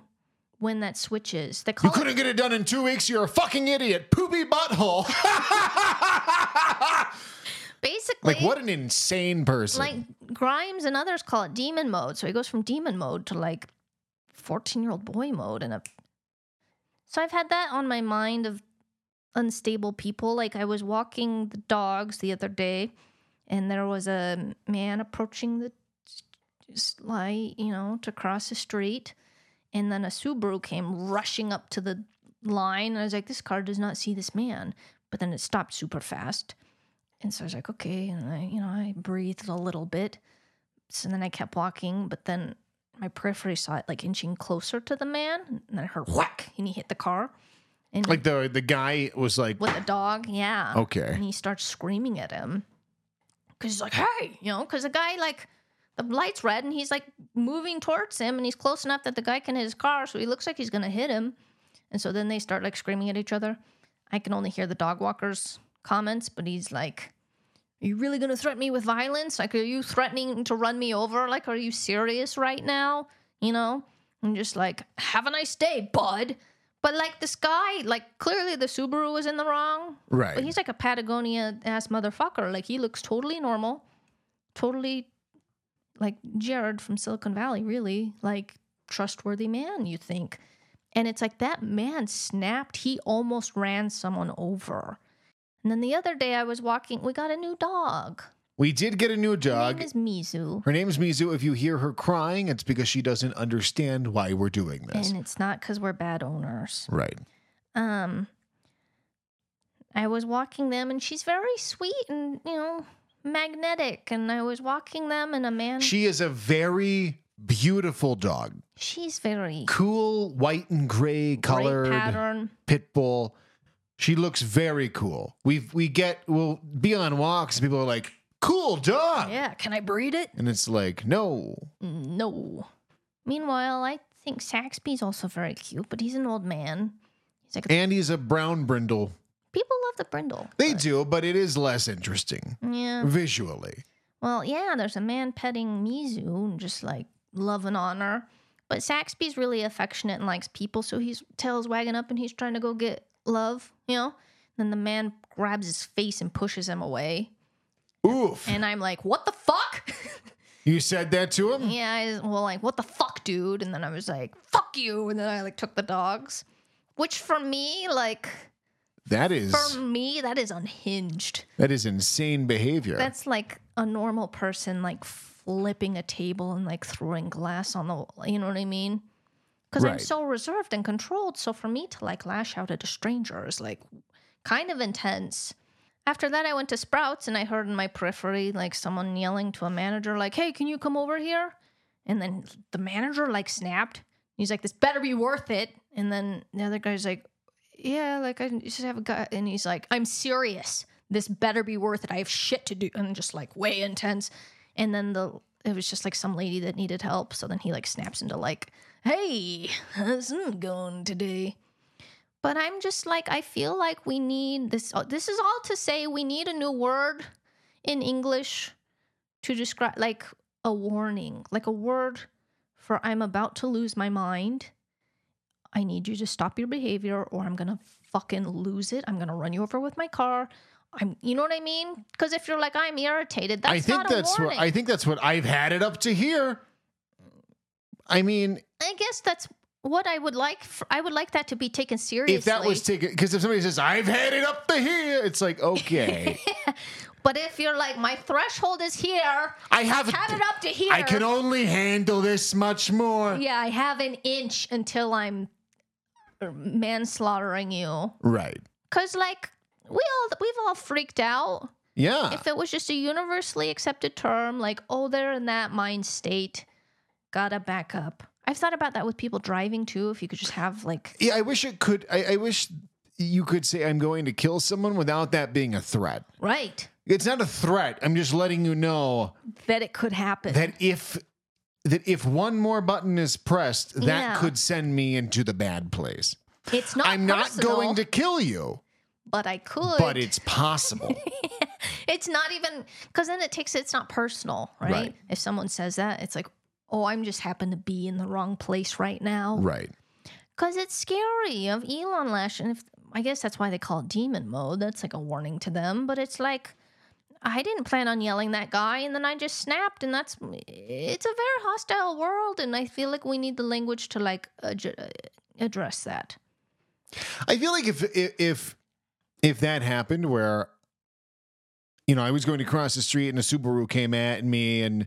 Speaker 2: when that switches. They
Speaker 3: you
Speaker 2: call
Speaker 3: couldn't
Speaker 2: it,
Speaker 3: get it done in two weeks. You're a fucking idiot, poopy butthole.
Speaker 2: basically
Speaker 3: like what an insane person.
Speaker 2: like Grimes and others call it demon mode. So he goes from demon mode to like 14 year old boy mode. And a... so I've had that on my mind of unstable people. Like I was walking the dogs the other day and there was a man approaching the just light, you know, to cross the street. And then a Subaru came rushing up to the line. And I was like, this car does not see this man. But then it stopped super fast. And so I was like, okay. And I, you know, I breathed a little bit. So then I kept walking, but then my periphery saw it like inching closer to the man. And then I heard whack and he hit the car. And
Speaker 3: Like the the guy was like,
Speaker 2: with the dog, yeah.
Speaker 3: Okay.
Speaker 2: And he starts screaming at him. Cause he's like, hey, you know, cause the guy like the light's red and he's like moving towards him and he's close enough that the guy can hit his car, so he looks like he's gonna hit him. And so then they start like screaming at each other. I can only hear the dog walker's comments, but he's like, Are you really gonna threaten me with violence? Like, are you threatening to run me over? Like, are you serious right now? You know? And just like, have a nice day, bud. But like this guy, like clearly the Subaru was in the wrong.
Speaker 3: Right.
Speaker 2: But he's like a Patagonia ass motherfucker. Like he looks totally normal, totally like Jared from Silicon Valley, really, like trustworthy man, you think. And it's like that man snapped. He almost ran someone over. And then the other day I was walking, we got a new dog.
Speaker 3: we did get a new
Speaker 2: His
Speaker 3: dog.
Speaker 2: name is Mizu.
Speaker 3: Her name's Mizu. If you hear her crying, it's because she doesn't understand why we're doing this.
Speaker 2: And it's not because we're bad owners.
Speaker 3: right.
Speaker 2: um i was walking them and she's very sweet and you know magnetic and i was walking them and a man
Speaker 3: She is a very beautiful dog.
Speaker 2: she's very
Speaker 3: Cool white and gray
Speaker 2: great
Speaker 3: colored
Speaker 2: pattern
Speaker 3: pit bull. She looks very cool. We we get we'll be on walks. People are like, "Cool dog,"
Speaker 2: yeah can i breed it
Speaker 3: and it's like, "No,
Speaker 2: no meanwhile i think saxby's also very cute but he's an old man he's like
Speaker 3: Andy's a brown brindle."
Speaker 2: people love the brindle
Speaker 3: They do, but it is less interesting
Speaker 2: yeah
Speaker 3: visually.
Speaker 2: Well, yeah, there's a man petting Mizu and just like loving on her. But Saxby's really affectionate and likes people, so his tail's wagging up and he's trying to go get love, you know? Then the man grabs his face and pushes him away.
Speaker 3: Oof!
Speaker 2: And I'm like, what the fuck?
Speaker 3: You said that to him.
Speaker 2: yeah, I was, well, like, what the fuck, dude? And then I was like, fuck you. And then I like took the dogs, which for me, like,
Speaker 3: That is
Speaker 2: for me, that is unhinged.
Speaker 3: that is insane behavior.
Speaker 2: That's like a normal person like flipping a table and like throwing glass on the wall. You know what I mean? Because I'm
Speaker 3: Right.
Speaker 2: so reserved and controlled. So for me to like lash out at a stranger is like kind of intense. After that, I went to Sprouts and I heard in my periphery like someone yelling to a manager, like, hey, can you come over here? And then the manager like snapped. He's like, this better be worth it. And then the other guy's like, yeah, like I just have a guy, and he's like, I'm serious. This better be worth it. I have shit to do, and just like way intense. And then the it was just like some lady that needed help. So then he like snaps into like, Hey, how's it going today? But I'm just like, I feel like we need this. uh, This is all to say we need a new word in English to describe like a warning, like a word for I'm about to lose my mind. I need you to stop your behavior or I'm going to fucking lose it. I'm going to run you over with my car. I'm, you know what I mean? Because if you're like, I'm irritated, that's
Speaker 3: I think
Speaker 2: not a
Speaker 3: that's
Speaker 2: warning.
Speaker 3: what I think that's what I've had it up to here. I mean,
Speaker 2: I guess that's what I would like. For, I would like that to be taken seriously.
Speaker 3: if that was taken, because if somebody says I've had it up to here, it's like okay,
Speaker 2: but if you're like, my threshold is here.
Speaker 3: I have
Speaker 2: Have it up to here.
Speaker 3: I can only handle this much more.
Speaker 2: Yeah, I have an inch until I'm uh, manslaughtering you.
Speaker 3: Right?
Speaker 2: Cause like we all we've all freaked out.
Speaker 3: Yeah.
Speaker 2: If it was just a universally accepted term, like oh they're in that mind state, gotta back up. I've thought about that with people driving too. If you could just have like
Speaker 3: yeah. I wish it could. I, I wish you could say I'm going to kill someone without that being a threat.
Speaker 2: right
Speaker 3: It's not a threat. I'm just letting you know
Speaker 2: that it could happen.
Speaker 3: that if that if one more button is pressed, that
Speaker 2: Yeah.
Speaker 3: could send me into the bad place.
Speaker 2: it's not.
Speaker 3: I'm
Speaker 2: personal,
Speaker 3: not going to kill you,
Speaker 2: But I could.
Speaker 3: but it's possible.
Speaker 2: it's not even because then it takes it's not personal, right?
Speaker 3: Right.
Speaker 2: If someone says that, it's like oh I'm just happen to be in the wrong place right now.
Speaker 3: right.
Speaker 2: Because it's scary of Elon Lash. And if, I guess that's why they call it demon mode. That's like a warning to them. But it's like, I didn't plan on yelling that guy. And then I just snapped. And that's, it's a very hostile world. And I feel like we need the language to like adj- address that.
Speaker 3: I feel like if if if that happened where you know, I was going to cross the street and a Subaru came at me and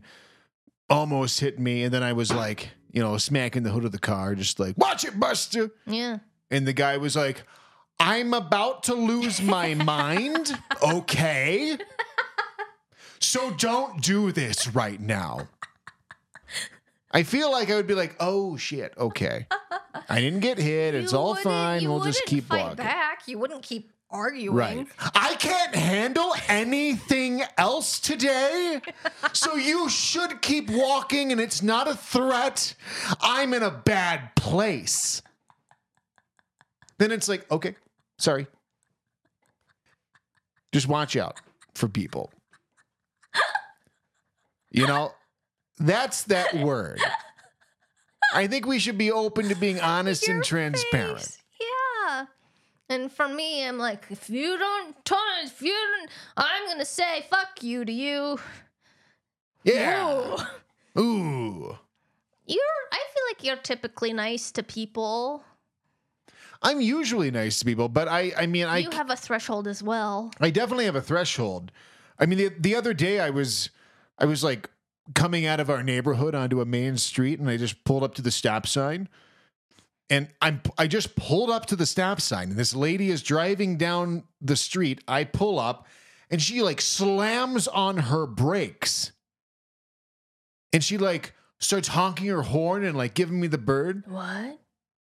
Speaker 3: almost hit me and then I was like, you know, smacking the hood of the car just like, "Watch it, Buster."
Speaker 2: Yeah.
Speaker 3: And the guy was like, I'm about to lose my mind. Okay. So don't do this right now. I feel like I would be like, oh shit, okay. I didn't get hit. It's
Speaker 2: You
Speaker 3: all
Speaker 2: wouldn't-
Speaker 3: fine.
Speaker 2: you
Speaker 3: We'll just
Speaker 2: wouldn't
Speaker 3: keep
Speaker 2: fight
Speaker 3: walking.
Speaker 2: back. You wouldn't keep arguing.
Speaker 3: Right. I can't handle anything else today. So you should keep walking and it's not a threat. I'm in a bad place. Then it's like, okay, sorry. Just watch out for people. You know, that's that word. I think we should be open to being honest
Speaker 2: Your
Speaker 3: and transparent.
Speaker 2: face. Yeah. And for me, I'm like, if you don't, tone, if you don't, I'm going to say fuck you to you.
Speaker 3: Yeah.
Speaker 2: Ooh.
Speaker 3: Ooh.
Speaker 2: You're I feel like you're typically nice to people.
Speaker 3: I'm usually nice to people, but I I mean I
Speaker 2: you have a threshold as well.
Speaker 3: I definitely have a threshold. I mean the the other day I was I was like coming out of our neighborhood onto a main street and I just pulled up to the stop sign. And I'm I just pulled up to the stop sign and this lady is driving down the street. I pull up and she like slams on her brakes. And she like starts honking her horn and like giving me the bird
Speaker 2: What?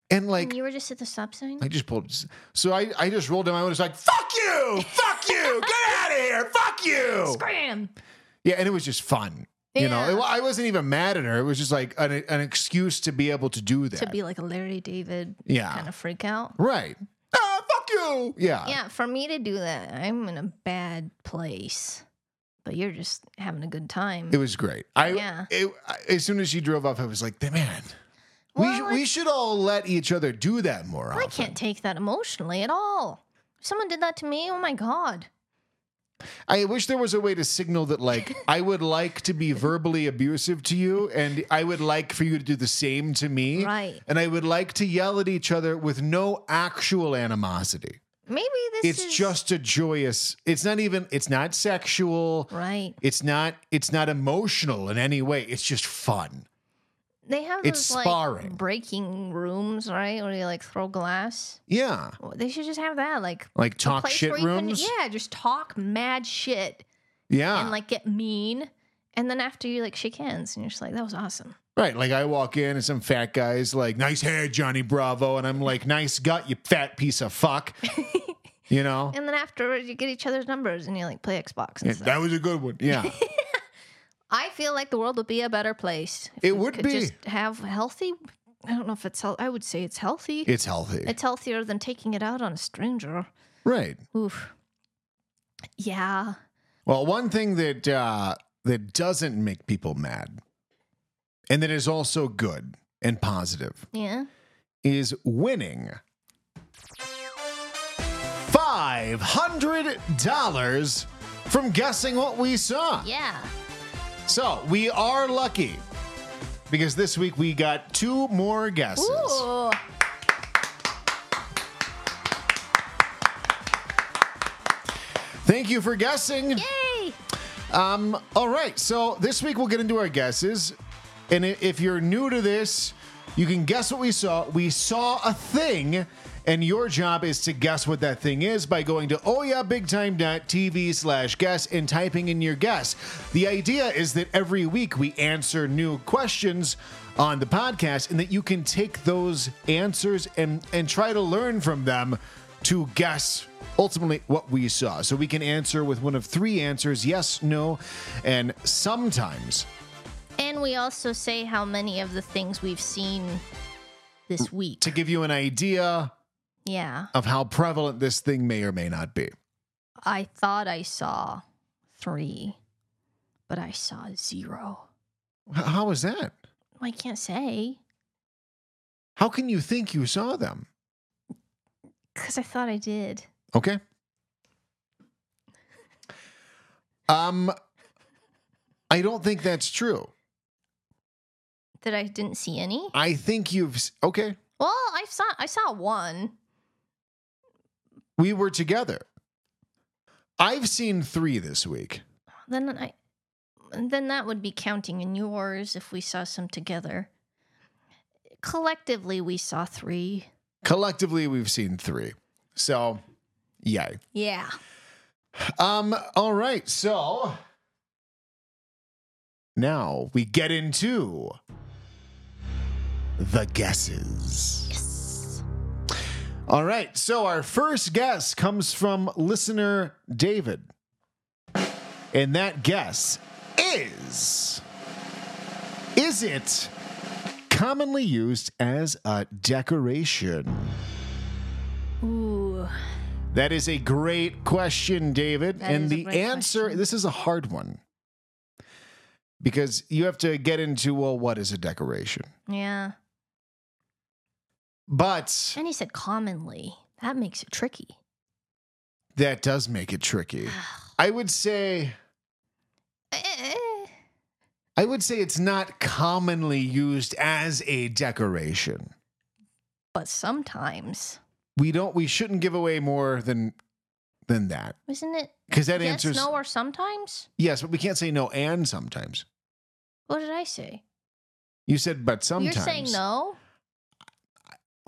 Speaker 3: and like
Speaker 2: you were just at the stop sign?
Speaker 3: I just pulled. So I, I just rolled down my window. It's like, fuck you, fuck you, get out of here, fuck you.
Speaker 2: Scram.
Speaker 3: Yeah, and it was just fun. You know,
Speaker 2: Yeah.
Speaker 3: It wa- I wasn't even mad at her. It was just like an, an excuse to be able to do that.
Speaker 2: To be like a Larry David
Speaker 3: Yeah.
Speaker 2: kind of freak out.
Speaker 3: right. Ah, fuck you. Yeah.
Speaker 2: Yeah, for me to do that, I'm in a bad place. But you're just having a good time.
Speaker 3: It was great. I,
Speaker 2: Yeah.
Speaker 3: it, I as soon as she drove off, I was like, man, we,
Speaker 2: Well,
Speaker 3: sh- we
Speaker 2: it's-
Speaker 3: should all let each other do that more
Speaker 2: I
Speaker 3: often.
Speaker 2: can't take that emotionally at all. If someone did that to me, oh my god.
Speaker 3: I wish there was a way to signal that, like, I would like to be verbally abusive to you, and I would like for you to do the same to me.
Speaker 2: Right.
Speaker 3: And I would like to yell at each other with no actual animosity.
Speaker 2: Maybe this
Speaker 3: it's
Speaker 2: is
Speaker 3: just a joyous. It's not even. It's not sexual.
Speaker 2: right.
Speaker 3: It's not. It's not emotional in any way. It's just fun.
Speaker 2: They have
Speaker 3: it's
Speaker 2: those
Speaker 3: sparring.
Speaker 2: like breaking rooms, right? Where you like throw glass.
Speaker 3: Yeah.
Speaker 2: Well, They should just have that, like
Speaker 3: Like
Speaker 2: a
Speaker 3: talk
Speaker 2: place
Speaker 3: shit
Speaker 2: where you can-
Speaker 3: rooms? Ah.
Speaker 2: yeah, just talk mad shit
Speaker 3: Yeah.
Speaker 2: and like get mean, and then after you like shake hands and you're just like, that was awesome.
Speaker 3: right. Like I walk in and some fat guy's like, "Nice hair, Johnny Bravo," and I'm like, "Nice gut, you fat piece of fuck." you know.
Speaker 2: And then afterwards, you get each other's numbers and you like play Xbox. And
Speaker 3: Yeah,
Speaker 2: stuff.
Speaker 3: that was a good one. Yeah.
Speaker 2: I feel like the world would be a better place. if
Speaker 3: It
Speaker 2: we
Speaker 3: would
Speaker 2: could
Speaker 3: be.
Speaker 2: Just have healthy. I don't know if it's. Health, I would say it's healthy.
Speaker 3: it's healthy.
Speaker 2: it's healthier than taking it out on a stranger.
Speaker 3: right.
Speaker 2: Oof. Yeah.
Speaker 3: Well, one thing that uh, that doesn't make people mad, and that is also good and positive,
Speaker 2: Yeah.
Speaker 3: is winning. Five $500 from guessing what we saw.
Speaker 2: Yeah.
Speaker 3: So we are lucky because this week we got two more guesses.
Speaker 2: Ooh.
Speaker 3: Thank you for guessing.
Speaker 2: Yay.
Speaker 3: Um, all right, so this week we'll get into our guesses. And i- if you're new to this, you can guess what we saw. We saw a thing, and your job is to guess what that thing is by going to ohyeahbigtime.tv slash guess and typing in your guess. The idea is that every week we answer new questions on the podcast and that you can take those answers and, and try to learn from them to guess ultimately what we saw. So we can answer with one of three answers yes, no, and sometimes.
Speaker 2: And we also say how many of the things we've seen this week.
Speaker 3: to give you an idea
Speaker 2: Yeah.
Speaker 3: of how prevalent this thing may or may not be.
Speaker 2: I thought I saw three, but I saw zero.
Speaker 3: H- How is that?
Speaker 2: I can't say
Speaker 3: How can you think you saw them?
Speaker 2: because I thought I did.
Speaker 3: Okay. Um, I don't think that's true.
Speaker 2: That I didn't see any.
Speaker 3: I think you've s- okay.
Speaker 2: Well, I saw I saw one.
Speaker 3: We were together. I've seen three this week.
Speaker 2: Then I then that would be counting in yours if we saw some together. Collectively we saw three.
Speaker 3: Collectively, we've seen three. So, yay.
Speaker 2: Yeah.
Speaker 3: Um, all right, so now we get into the guesses. All right, so our first guess comes from listener David. And that guess is Is it commonly used as a decoration?
Speaker 2: Ooh.
Speaker 3: That is a great question, David.
Speaker 2: That
Speaker 3: and
Speaker 2: is a
Speaker 3: the
Speaker 2: great
Speaker 3: answer
Speaker 2: question.
Speaker 3: this is a hard one because you have to get into well, what is a decoration?
Speaker 2: Yeah.
Speaker 3: But
Speaker 2: And he said commonly. That makes it tricky.
Speaker 3: that does make it tricky. I would say
Speaker 2: Eh, eh, eh.
Speaker 3: I would say it's not commonly used as a decoration.
Speaker 2: But sometimes.
Speaker 3: We don't we shouldn't give away more than than that
Speaker 2: Isn't it
Speaker 3: because that
Speaker 2: yes,
Speaker 3: answers
Speaker 2: no, or sometimes?
Speaker 3: yes, but we can't say no and sometimes.
Speaker 2: What did I say?
Speaker 3: You said but sometimes.
Speaker 2: You're saying no?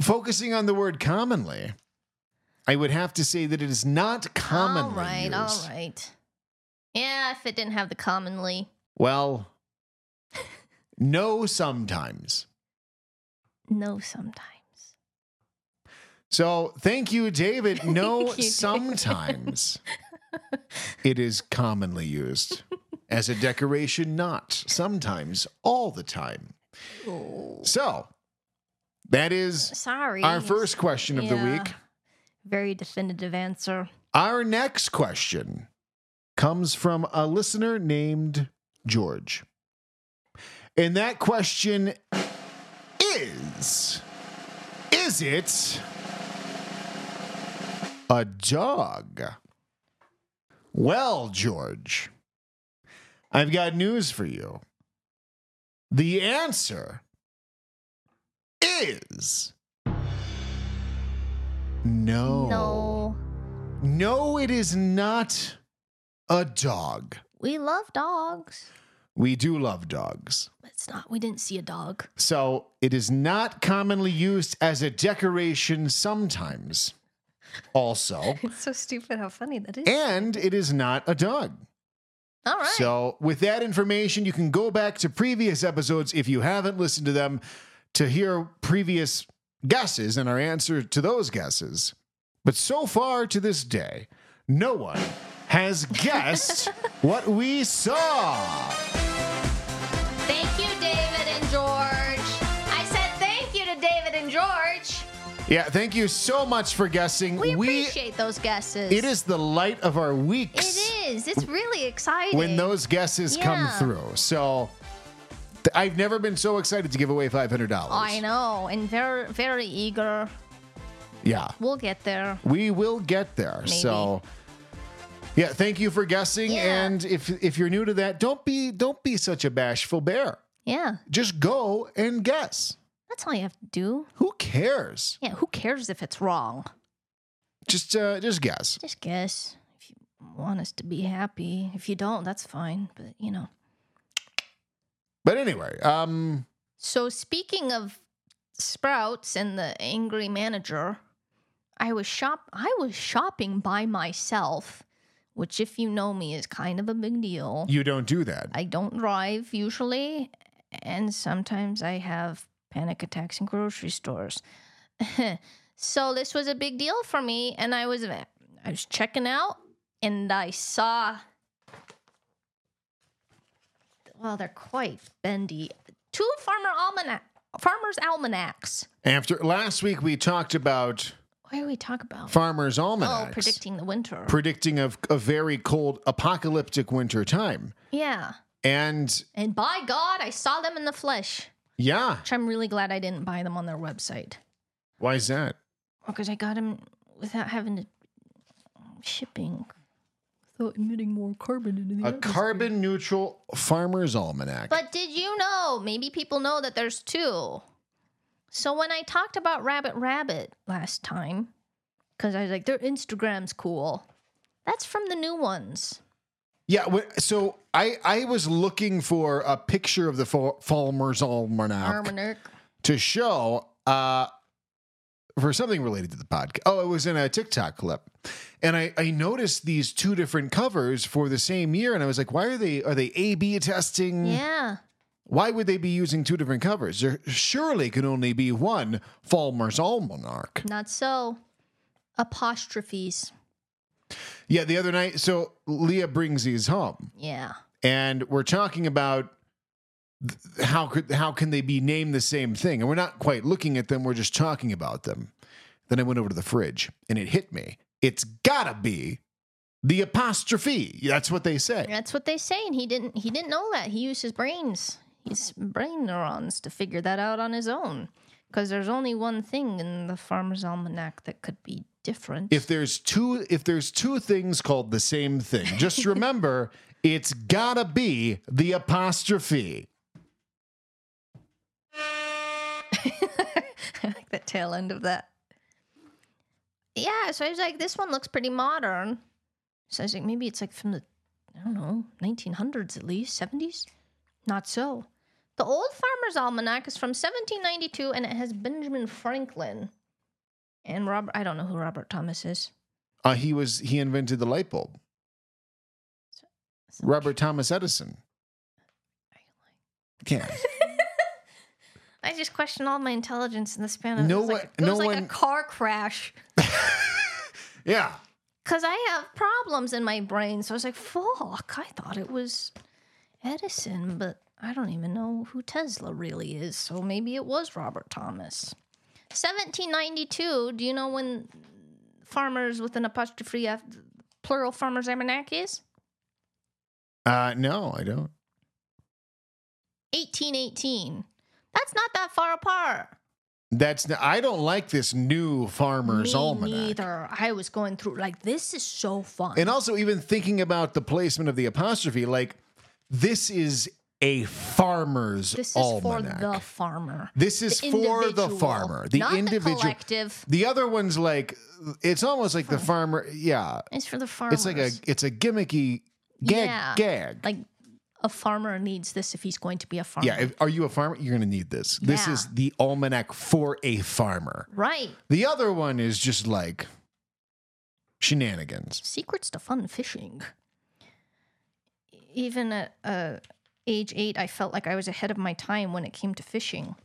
Speaker 3: focusing on the word commonly, I would have to say that it is not commonly
Speaker 2: all right,
Speaker 3: used.
Speaker 2: all right. Yeah, if it didn't have the commonly.
Speaker 3: Well, no, sometimes.
Speaker 2: No, sometimes.
Speaker 3: So thank you, David. No,
Speaker 2: Thank you, David.
Speaker 3: sometimes it is commonly used as a decoration, not sometimes, all the time. So that is
Speaker 2: Sorry.
Speaker 3: our first question of the
Speaker 2: Yeah.
Speaker 3: week.
Speaker 2: Very definitive answer.
Speaker 3: Our next question comes from a listener named George. And that question is Is it a dog? Well, George, I've got news for you. The answer is no.
Speaker 2: No.
Speaker 3: No, it is not a dog.
Speaker 2: We love dogs.
Speaker 3: We do love dogs.
Speaker 2: But It's not. We didn't see a dog.
Speaker 3: So it is not commonly used as a decoration sometimes, also.
Speaker 2: It's so stupid how funny that is.
Speaker 3: And it is not a dog.
Speaker 2: all right.
Speaker 3: So, with that information, you can go back to previous episodes if you haven't listened to them to hear previous guesses and our answer to those guesses. But so far to this day, no one has guessed what we saw.
Speaker 2: Thank you, David and George. I said thank you to David and George.
Speaker 3: Yeah, thank you so much for guessing.
Speaker 2: We, appreciate those guesses.
Speaker 3: it is the light of our
Speaker 2: It
Speaker 3: weeks
Speaker 2: is. It's really exciting.
Speaker 3: when those guesses come
Speaker 2: Yeah.
Speaker 3: through. So, th- I've never been so excited to give away $500.
Speaker 2: I know, and very, very eager
Speaker 3: Yeah.
Speaker 2: We'll get there.
Speaker 3: We will get there. So yeah, thank you for guessing.
Speaker 2: Yeah.
Speaker 3: And if if you're new to that, don't be don't be such a bashful bear.
Speaker 2: Yeah.
Speaker 3: Just go and guess.
Speaker 2: That's all you have to do.
Speaker 3: Who cares?
Speaker 2: Yeah, who cares if it's wrong?
Speaker 3: Just uh just guess.
Speaker 2: Just guess. If you want us to be happy. If you don't, that's fine. But you know.
Speaker 3: But anyway, um
Speaker 2: So speaking of sprouts and the angry manager, I was shop I was shopping by myself, which if you know me is kind of a big deal.
Speaker 3: you don't do that.
Speaker 2: I don't drive usually, and sometimes I have panic attacks in grocery stores. so this was a big deal for me, and I was I was checking out, and I saw. Well, they're quite bendy. Two farmer almanac, farmers almanacs.
Speaker 3: After last week we talked about
Speaker 2: What do we talk about?
Speaker 3: farmers
Speaker 2: oh,
Speaker 3: almanacs.
Speaker 2: predicting the winter.
Speaker 3: predicting of a very cold apocalyptic winter time.
Speaker 2: yeah,
Speaker 3: And
Speaker 2: and by God, I saw them in the flesh,
Speaker 3: yeah,
Speaker 2: which I'm really glad I didn't buy them on their website.
Speaker 3: why is that?
Speaker 2: because I got them without having to shipping, without emitting more carbon into the
Speaker 3: A carbon neutral farmer's almanac.
Speaker 2: But did you know? Maybe people know that there's two. So when I talked about Rabbit Rabbit last time, because I was like, their Instagram's cool. That's from the new ones.
Speaker 3: yeah, wh- so I I was looking for a picture of the fa- farmer's almanac
Speaker 2: Armanac.
Speaker 3: to show uh for something related to the podcast. Oh, it was in a TikTok clip. And I, I noticed these two different covers for the same year, and I was like, why are they are they A B testing?
Speaker 2: Yeah.
Speaker 3: Why would they be using two different covers? There surely can only be one Falmer's Almanac.
Speaker 2: Not so. Apostrophes.
Speaker 3: Yeah, the other night, so Leah brings these home,
Speaker 2: Yeah.
Speaker 3: and we're talking about th- how could how can they be named the same thing? And we're not quite looking at them; we're just talking about them. Then I went over to the fridge, and it hit me: it's gotta be the apostrophe. That's what they say.
Speaker 2: That's what they say, and he didn't. He didn't know that. He used his brains, his brain neurons, to figure that out on his own. Because there's only one thing in the farmer's almanac that could be different.
Speaker 3: if there's two if there's two things called the same thing just remember it's gotta be the apostrophe
Speaker 2: I like the tail end of that. Yeah, so I was like, this one looks pretty modern. So I was like, maybe it's like from the, I don't know, 1900s at least, 70s? Not so. The Old Farmer's Almanac is from 1792 and it has Benjamin Franklin and Robert, I don't know who Robert Thomas is.
Speaker 3: uh, he was he invented the light bulb robert thomas edison yeah
Speaker 2: I just questioned all my intelligence in the span of
Speaker 3: No
Speaker 2: it was like,
Speaker 3: one-
Speaker 2: it was
Speaker 3: no
Speaker 2: like
Speaker 3: one-
Speaker 2: a car crash.
Speaker 3: yeah
Speaker 2: Because I have problems in my brain. So I was like, fuck, I thought it was Edison, but I don't even know who Tesla really is. So maybe it was Robert Thomas. 1792, do you know when farmers with an apostrophe, af- plural farmers almanac is?
Speaker 3: uh no i don't
Speaker 2: 1818. That's not that far apart.
Speaker 3: that's n i don't like this new farmer's
Speaker 2: Me
Speaker 3: almanac
Speaker 2: neither. I was going through like this is so fun.
Speaker 3: and also even thinking about the placement of the apostrophe like this is a farmer's
Speaker 2: this is
Speaker 3: almanac
Speaker 2: for the farmer.
Speaker 3: This is
Speaker 2: The
Speaker 3: for the
Speaker 2: individual,
Speaker 3: farmer, the
Speaker 2: not the
Speaker 3: individual.
Speaker 2: collective.
Speaker 3: The other one's like it's almost like the farmer. Yeah,
Speaker 2: It's for the farmer.
Speaker 3: it's like a it's a gimmicky gag
Speaker 2: Yeah.
Speaker 3: gag.
Speaker 2: like a farmer needs this if he's going to be a farmer.
Speaker 3: yeah, if, are you a farmer? You're gonna need this. This
Speaker 2: Yeah.
Speaker 3: is the almanac for a farmer.
Speaker 2: right.
Speaker 3: The other one is just like shenanigans.
Speaker 2: Secrets to fun fishing. Even at uh, age eight, I felt like I was ahead of my time when it came to fishing.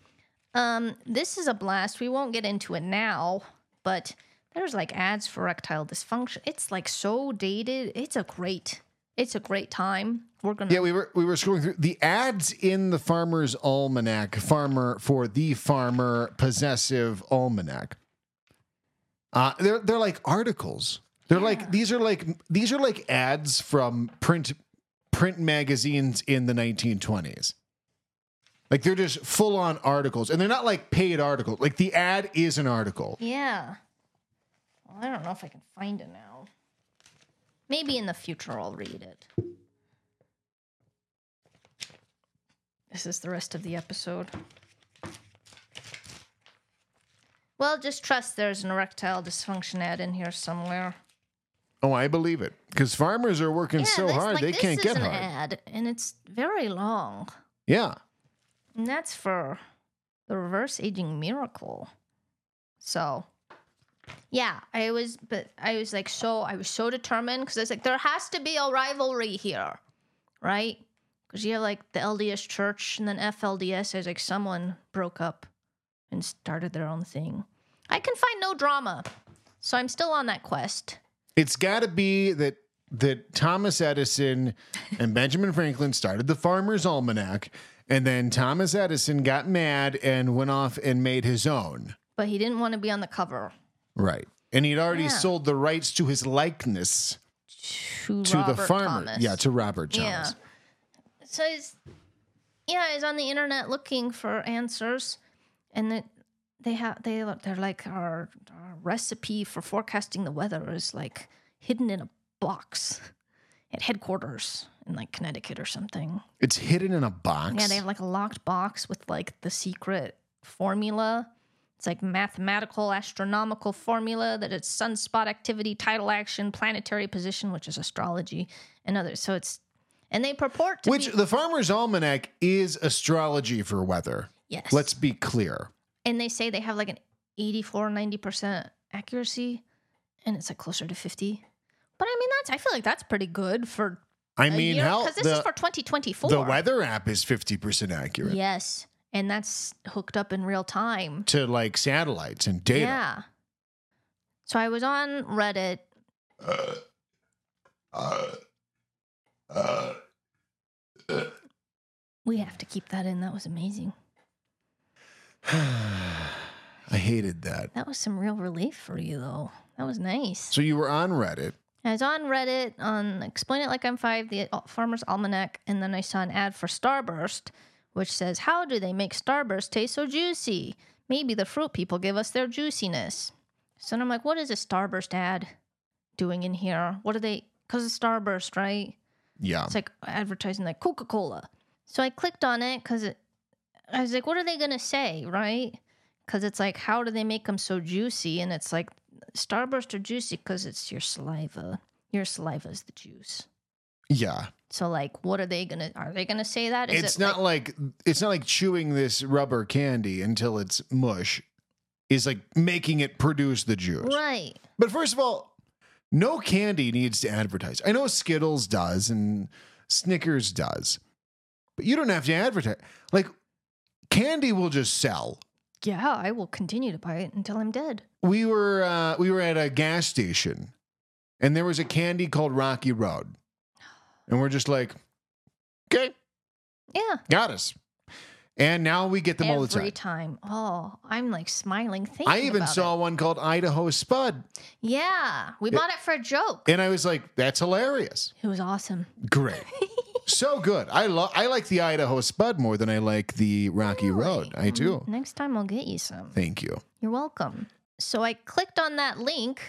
Speaker 2: Um, this is a blast. We won't get into it now, but there's like ads for erectile dysfunction. It's like so dated. It's a great. It's a great time. We're gonna.
Speaker 3: Yeah, we were we were scrolling through the ads in the farmer's almanac. Farmer for the farmer possessive almanac. Uh, they're they're like articles. They're like these are like these are like ads from print print magazines in the 1920s. Like they're just full on articles, and they're not like paid articles. Like the ad is an article.
Speaker 2: yeah. Well, I don't know if I can find it now. Maybe in the future I'll read it. This is the rest of the episode. Well, just trust there's an erectile dysfunction ad in here somewhere.
Speaker 3: Oh, I believe it. Because farmers are working so
Speaker 2: this-
Speaker 3: hard,
Speaker 2: like,
Speaker 3: they
Speaker 2: this
Speaker 3: can't
Speaker 2: is
Speaker 3: get
Speaker 2: an
Speaker 3: hard.
Speaker 2: ad, and it's very long.
Speaker 3: Yeah.
Speaker 2: And that's for the reverse aging miracle. So, yeah, I was, but I was like, so I was so determined because I was like, there has to be a rivalry here, right? Because you have like the LDS Church and then FLDS. I was like, someone broke up and started their own thing. I can find no drama, so I'm still on that quest.
Speaker 3: It's got to be that that Thomas Edison and Benjamin Franklin started the Farmer's Almanac, and then Thomas Edison got mad and went off and made his own.
Speaker 2: But he didn't want to be on the cover.
Speaker 3: Right. And he'd already
Speaker 2: Yeah.
Speaker 3: sold the rights to his likeness
Speaker 2: To,
Speaker 3: to the
Speaker 2: Robert
Speaker 3: farmer.
Speaker 2: Thomas.
Speaker 3: Yeah, to Robert Thomas.
Speaker 2: Yeah. So it's yeah, I was on the internet looking for answers, and it, they have they they're like our, our recipe for forecasting the weather is like hidden in a box at headquarters in like Connecticut or something.
Speaker 3: It's hidden in a box.
Speaker 2: Yeah, they have like a locked box with like the secret formula. It's like mathematical, astronomical formula that it's sunspot activity, tidal action, planetary position, which is astrology, and others. So it's, and they purport to
Speaker 3: Which
Speaker 2: be,
Speaker 3: the Farmer's Almanac is astrology for weather.
Speaker 2: yes,
Speaker 3: Let's be clear.
Speaker 2: and they say they have like an 84, 90% accuracy, and it's like closer to 50. But I mean, that's, I feel like that's pretty good for,
Speaker 3: I
Speaker 2: a
Speaker 3: mean,
Speaker 2: year,
Speaker 3: hell,
Speaker 2: because this
Speaker 3: the,
Speaker 2: is for 2024.
Speaker 3: the weather app is 50% accurate
Speaker 2: Yes. And that's hooked up in real time.
Speaker 3: to like satellites and data.
Speaker 2: Yeah. So I was on Reddit.
Speaker 3: Uh, uh,
Speaker 2: We have to keep that in. That was amazing.
Speaker 3: I hated that.
Speaker 2: That was some real relief for you, though. That was nice.
Speaker 3: So you were on Reddit.
Speaker 2: I was on Reddit on Explain It Like I'm Five, the Al- Farmer's Almanac, and then I saw an ad for Starburst, which says, How do they make Starburst taste so juicy? Maybe the fruit people give us their juiciness. So then I'm like, What is a Starburst ad doing in here? What are they? Because it's Starburst, right?
Speaker 3: Yeah.
Speaker 2: It's like advertising like Coca Cola. So I clicked on it because it, I was like, what are they going to say, right? Because it's like, how do they make them so juicy? And it's like, Starburst are juicy because it's your saliva. Your saliva is the juice.
Speaker 3: yeah.
Speaker 2: So, like, what are they going to, are they going to say that? Is
Speaker 3: It's
Speaker 2: it
Speaker 3: not like it's not like chewing this rubber candy until it's mush. Is like making it produce the juice.
Speaker 2: right.
Speaker 3: But first of all, no candy needs to advertise. I know Skittles does and Snickers does, but you don't have to advertise. Like, candy will just sell.
Speaker 2: Yeah, I will continue to buy it until I'm dead.
Speaker 3: We were uh, we were at a gas station, and there was a candy called Rocky Road, and we're just like, okay,
Speaker 2: Yeah.
Speaker 3: got us. And now we get them all the
Speaker 2: Every
Speaker 3: time.
Speaker 2: time. Oh, I'm like smiling. Thinking
Speaker 3: I even
Speaker 2: about
Speaker 3: saw
Speaker 2: it.
Speaker 3: one called Idaho Spud,
Speaker 2: Yeah. We bought it for a joke.
Speaker 3: and I was like, that's hilarious.
Speaker 2: It was awesome.
Speaker 3: Great. so good. I love I like the Idaho Spud more than I like the Rocky Road. I do.
Speaker 2: Next time I'll get you some.
Speaker 3: Thank you.
Speaker 2: You're welcome. So I clicked on that link.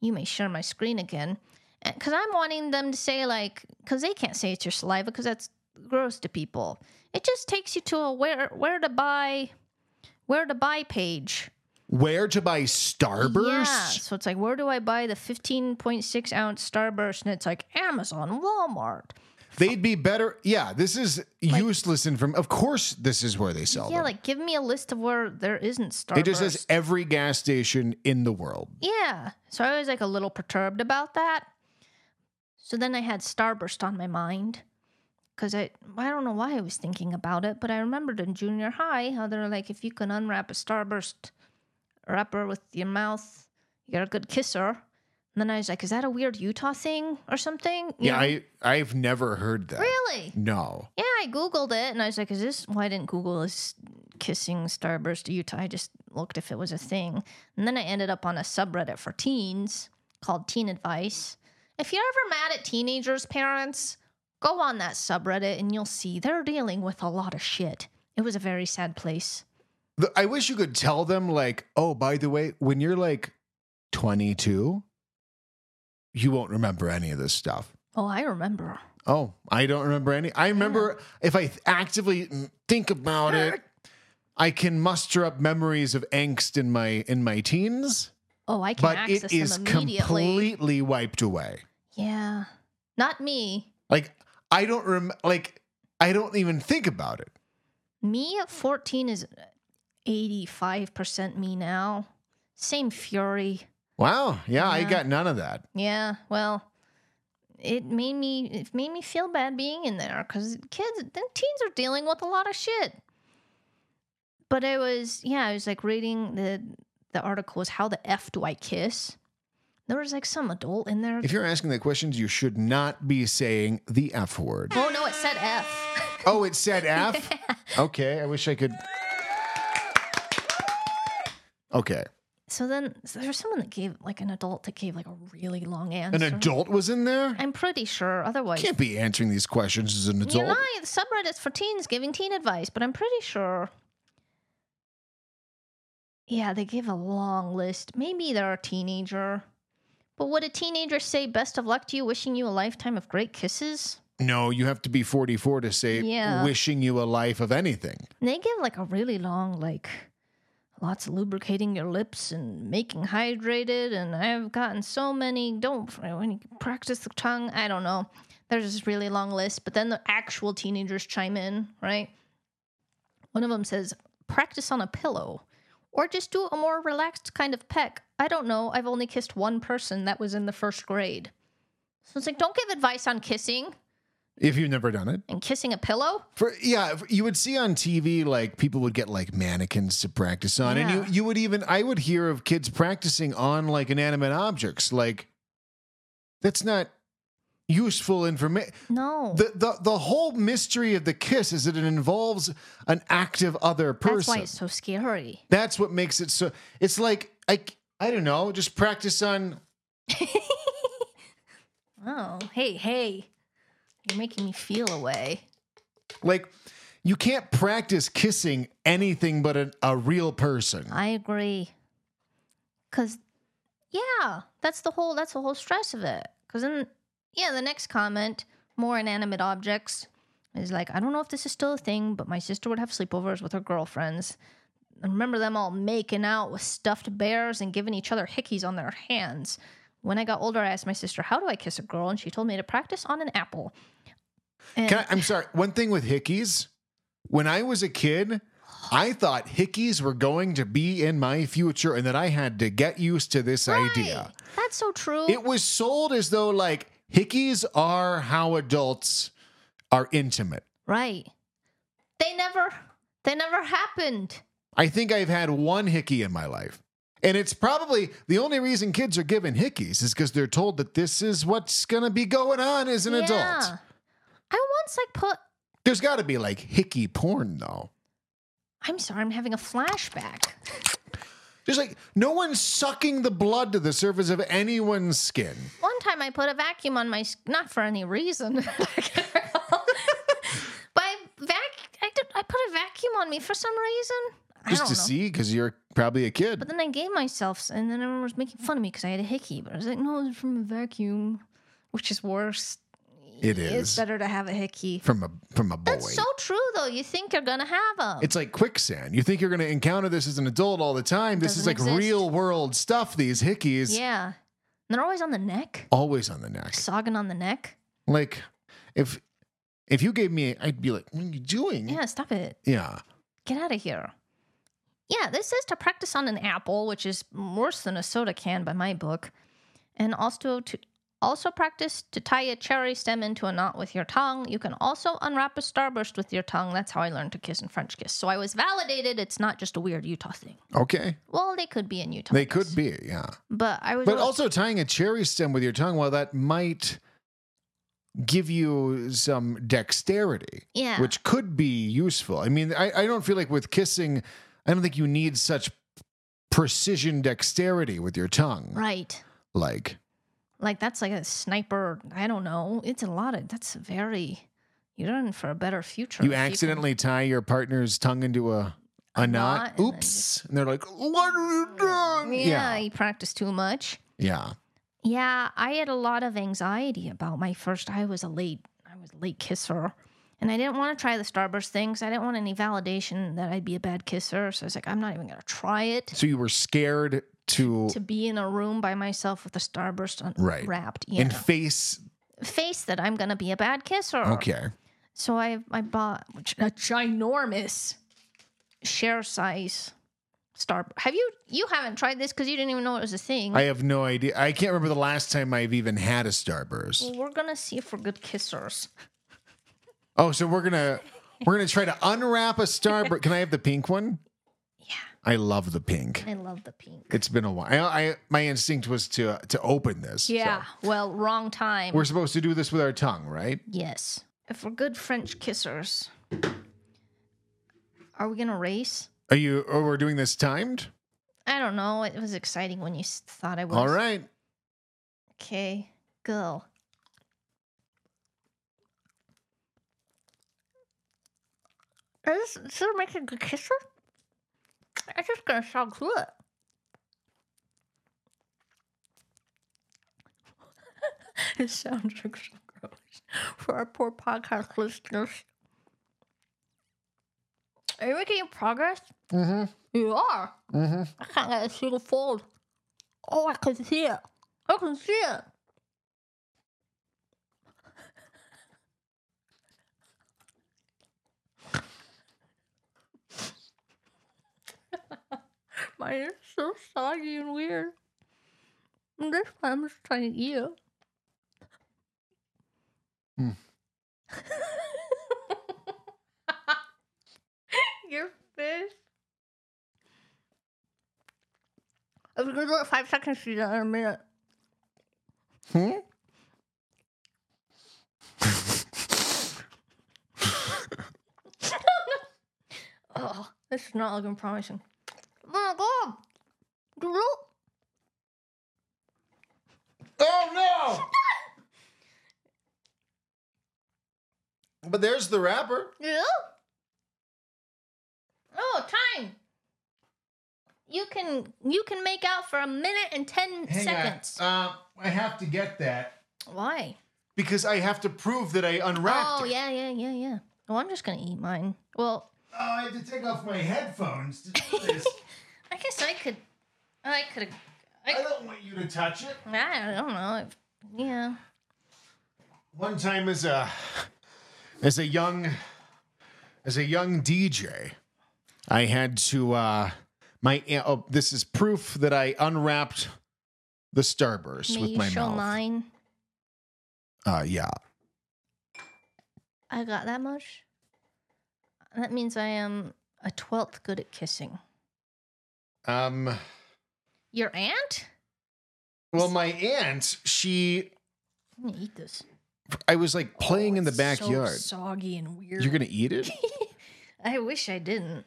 Speaker 2: You may share my screen again. Because I'm wanting them to say, like, because they can't say it's your saliva because that's gross to people. It just takes you to a where where to buy where to buy page.
Speaker 3: Where to buy Starburst?
Speaker 2: Yeah. So it's like, where do I buy the 15.6 ounce Starburst? And it's like Amazon, Walmart.
Speaker 3: They'd be better. Yeah, this is useless inform Of course this is where they sell
Speaker 2: Yeah,
Speaker 3: them.
Speaker 2: like give me a list of where there isn't Starburst.
Speaker 3: it just says every gas station in the world.
Speaker 2: Yeah. So I was like a little perturbed about that. So then I had Starburst on my mind because I I don't know why I was thinking about it, but I remembered in junior high how they're like if you can unwrap a Starburst wrapper with your mouth, you're a good kisser. And then I was like, is that a weird Utah thing or something? You
Speaker 3: Yeah,
Speaker 2: know?
Speaker 3: I I've never heard that.
Speaker 2: really.
Speaker 3: No.
Speaker 2: Yeah, I googled it and I was like, "Is this why I didn't Google is kissing starburst Utah?" I just looked if it was a thing, and then I ended up on a subreddit for teens called Teen Advice. If you're ever mad at teenagers' parents, go on that subreddit and you'll see they're dealing with a lot of shit. It was a very sad place.
Speaker 3: The- I wish you could tell them like, "Oh, by the way, when you're like 22, you won't remember any of this stuff.
Speaker 2: Oh, I remember.
Speaker 3: Oh, I don't remember any. I remember if I th- actively mm, think about it, I can muster up memories of angst in my in my teens,
Speaker 2: Oh, I can
Speaker 3: but
Speaker 2: access
Speaker 3: it is
Speaker 2: them immediately.
Speaker 3: completely wiped away.
Speaker 2: yeah. Not me.
Speaker 3: Like I don't rem like I don't even think about it.
Speaker 2: Me at 14 is 85% me now. Same fury.
Speaker 3: Wow, yeah, I
Speaker 2: Yeah.
Speaker 3: got none of that.
Speaker 2: Yeah, well, it made me it made me feel bad being in there because kids, then teens are dealing with a lot of shit. But I was yeah, I was like reading the the article was how the f do I kiss? There was like some adult in there.
Speaker 3: If you're asking the questions, you should not be saying the F word.
Speaker 2: oh no, it said f.
Speaker 3: Oh, it said F? Okay, I wish I could. Okay.
Speaker 2: so then so there was someone that gave like an adult that gave like a really long answer.
Speaker 3: An adult was in there?
Speaker 2: I'm pretty sure. Otherwise,
Speaker 3: Can't be answering these questions as an
Speaker 2: You know,
Speaker 3: adult.
Speaker 2: the subreddit's for teens giving teen advice, but I'm pretty sure. Yeah, they give a long list. Maybe they're a teenager. But would a teenager say, best of luck to you, wishing you a lifetime of great kisses?
Speaker 3: No, you have to be 44 to say
Speaker 2: Yeah.
Speaker 3: wishing you a life of anything.
Speaker 2: And they give like a really long, like, lots of lubricating your lips and making hydrated. And I've gotten so many, don't, when you practice the tongue, I don't know. There's this really long list, but then the actual teenagers chime in, right? One of them says, practice on a pillow or just do a more relaxed kind of peck. I don't know. I've only kissed one person that was in the first grade. So it's like, don't give advice on kissing
Speaker 3: If you've never done it.
Speaker 2: and kissing a pillow.
Speaker 3: For yeah, if- you would see on TV like people would get like mannequins to practice on and
Speaker 2: Yeah.
Speaker 3: you you would even I would hear of kids practicing on like inanimate objects like that's not useful information.
Speaker 2: No.
Speaker 3: The, the the whole mystery of the kiss is that it involves an active other person.
Speaker 2: That's why it's so scary.
Speaker 3: That's what makes it so. It's like I I don't know. Just practice on.
Speaker 2: Oh, hey, hey. You're making me feel away.
Speaker 3: Like you can't practice kissing anything but a, a real person.
Speaker 2: I agree. Cause yeah, that's the whole that's the whole stress of it. Cause then yeah, the next comment, more inanimate objects, is like, I don't know if this is still a thing, but my sister would have sleepovers with her girlfriends. I remember them all making out with stuffed bears and giving each other hickeys on their hands. When I got older, I asked my sister, How do I kiss a girl? And she told me to practice on an apple. And
Speaker 3: Can I, I'm sorry. One thing with hickeys. When I was a kid, I thought hickeys were going to be in my future, and that I had to get used to this idea.
Speaker 2: Right. That's so true.
Speaker 3: It was sold as though like hickeys are how adults are intimate.
Speaker 2: right. They never they never happened.
Speaker 3: I think I've had one hickey in my life. And it's probably the only reason kids are given hickeys is because they're told that this is what's going to be going on as an adult.
Speaker 2: I once like put
Speaker 3: There's got to be like hickey porn, though.
Speaker 2: I'm sorry, I'm having a flashback.
Speaker 3: There's like no one's sucking the blood to the surface of anyone's skin.
Speaker 2: One time I put a vacuum on my s- not for any reason. but I vac I, did, I put a vacuum on me for some reason. I
Speaker 3: Just
Speaker 2: don't
Speaker 3: to
Speaker 2: know.
Speaker 3: see, because you're probably a kid.
Speaker 2: But then I gave myself, s- and then everyone was making fun of me because I had a hickey. But I was like, no, it's from a vacuum, which is worse.
Speaker 3: It
Speaker 2: It's
Speaker 3: is
Speaker 2: better to have a hickey.
Speaker 3: from a from a boy.
Speaker 2: That's so true, though. You think you're gonna have them.
Speaker 3: it's like quicksand. You think you're going to encounter this as an adult all the time. This is
Speaker 2: Doesn't
Speaker 3: like
Speaker 2: exist.
Speaker 3: real world stuff. These hickeys
Speaker 2: yeah, and they're always on the neck,
Speaker 3: always on the neck.
Speaker 2: sogging on the neck.
Speaker 3: Like, if if you gave me, I'd be like, "What are you doing?"
Speaker 2: Yeah, stop it.
Speaker 3: Yeah.
Speaker 2: Get out of here. Yeah, this says to practice on an apple, which is worse than a soda can by my book, and also to also practice to tie a cherry stem into a knot with your tongue. You can also unwrap a starburst with your tongue. That's how I learned to kiss and French kiss. So I was validated. It's not just a weird Utah thing.
Speaker 3: Okay.
Speaker 2: Well, they could be in Utah.
Speaker 3: They
Speaker 2: yes.
Speaker 3: could be. Yeah.
Speaker 2: but I was.
Speaker 3: But also tying a cherry stem with your tongue, well, that might give you some dexterity,
Speaker 2: yeah,
Speaker 3: which could be useful. I mean, I, I don't feel like with kissing, I don't think you need such precision dexterity with your tongue.
Speaker 2: right.
Speaker 3: Like,
Speaker 2: Like that's like a sniper. I don't know. It's a lot of. That's very. You're in for a better future.
Speaker 3: you
Speaker 2: if can-
Speaker 3: accidentally tie your partner's tongue into a a knot.
Speaker 2: knot, and then
Speaker 3: Oops. And they're like, what are you doing?
Speaker 2: Yeah,
Speaker 3: Yeah.
Speaker 2: you practice too much.
Speaker 3: Yeah.
Speaker 2: Yeah, I had a lot of anxiety about my first. I was a late, I was a late kisser, and I didn't want to try the starburst things. I didn't want any validation that I'd be a bad kisser. So I was like, I'm not even gonna try it.
Speaker 3: So you were scared to,
Speaker 2: To be in a room by myself with a starburst un-
Speaker 3: Right.
Speaker 2: wrapped, yeah,
Speaker 3: and face.
Speaker 2: face that I'm gonna be a bad kisser.
Speaker 3: Okay.
Speaker 2: So I I bought a ginormous share size star. Have you you haven't tried this because you didn't even know it was a thing.
Speaker 3: I have no idea. I can't remember the last time I've even had a starburst.
Speaker 2: well, we're gonna see if we're good kissers.
Speaker 3: Oh, so we're gonna we're gonna try to unwrap a starburst. Can I have the pink one? Yeah. I love the pink.
Speaker 2: I love the pink.
Speaker 3: It's been a while. I, I my instinct was to to open this. so.
Speaker 2: Yeah. Well, wrong time.
Speaker 3: We're supposed to do this with our tongue, right?
Speaker 2: yes. If we're good French kissers, are we gonna race?
Speaker 3: Are you? Oh, we're doing this timed.
Speaker 2: I don't know. It was exciting when you s- thought I was.
Speaker 3: All right.
Speaker 2: Okay. Go. Is this still making a good kisser? I'm just gonna sound through it. it sounds like so gross for our poor podcast listeners. Are you making progress? Mm-hmm. You are. Mm-hmm. I can't get a single fold. Oh, I can see it. I can see it. Mine is so soggy and weird. And This one I'm just trying to eat it. Your face. I was gonna do it five seconds, you did it in a minute.
Speaker 3: Hmm?
Speaker 2: Oh, this is not looking promising. Oh my god! Do look.
Speaker 3: Oh no! but there's the wrapper.
Speaker 2: Yeah. Oh, time. You can you can make out for a minute and ten seconds.
Speaker 3: Uh, I have to get that.
Speaker 2: Why?
Speaker 3: Because I have to prove that I unwrapped
Speaker 2: Oh
Speaker 3: it.
Speaker 2: yeah, yeah, yeah, yeah. Oh, I'm just gonna eat mine. Well,
Speaker 3: Oh, I had to take off my headphones to do this.
Speaker 2: I guess I could. I could.
Speaker 3: I don't want you to touch it.
Speaker 2: I don't know. If, yeah.
Speaker 3: One time as a as a young as a young DJ, I had to uh my oh, this is proof that I unwrapped the starburst
Speaker 2: May
Speaker 3: with
Speaker 2: you
Speaker 3: my
Speaker 2: show
Speaker 3: mouth.
Speaker 2: mine.
Speaker 3: Uh yeah.
Speaker 2: I got that much. That means I am a twelfth good at kissing.
Speaker 3: Um
Speaker 2: Your aunt?
Speaker 3: well my aunt, she
Speaker 2: I'm gonna eat this. Oh,
Speaker 3: I was like playing in the
Speaker 2: So
Speaker 3: backyard.
Speaker 2: soggy and weird.
Speaker 3: You're going to eat it?
Speaker 2: I wish I didn't.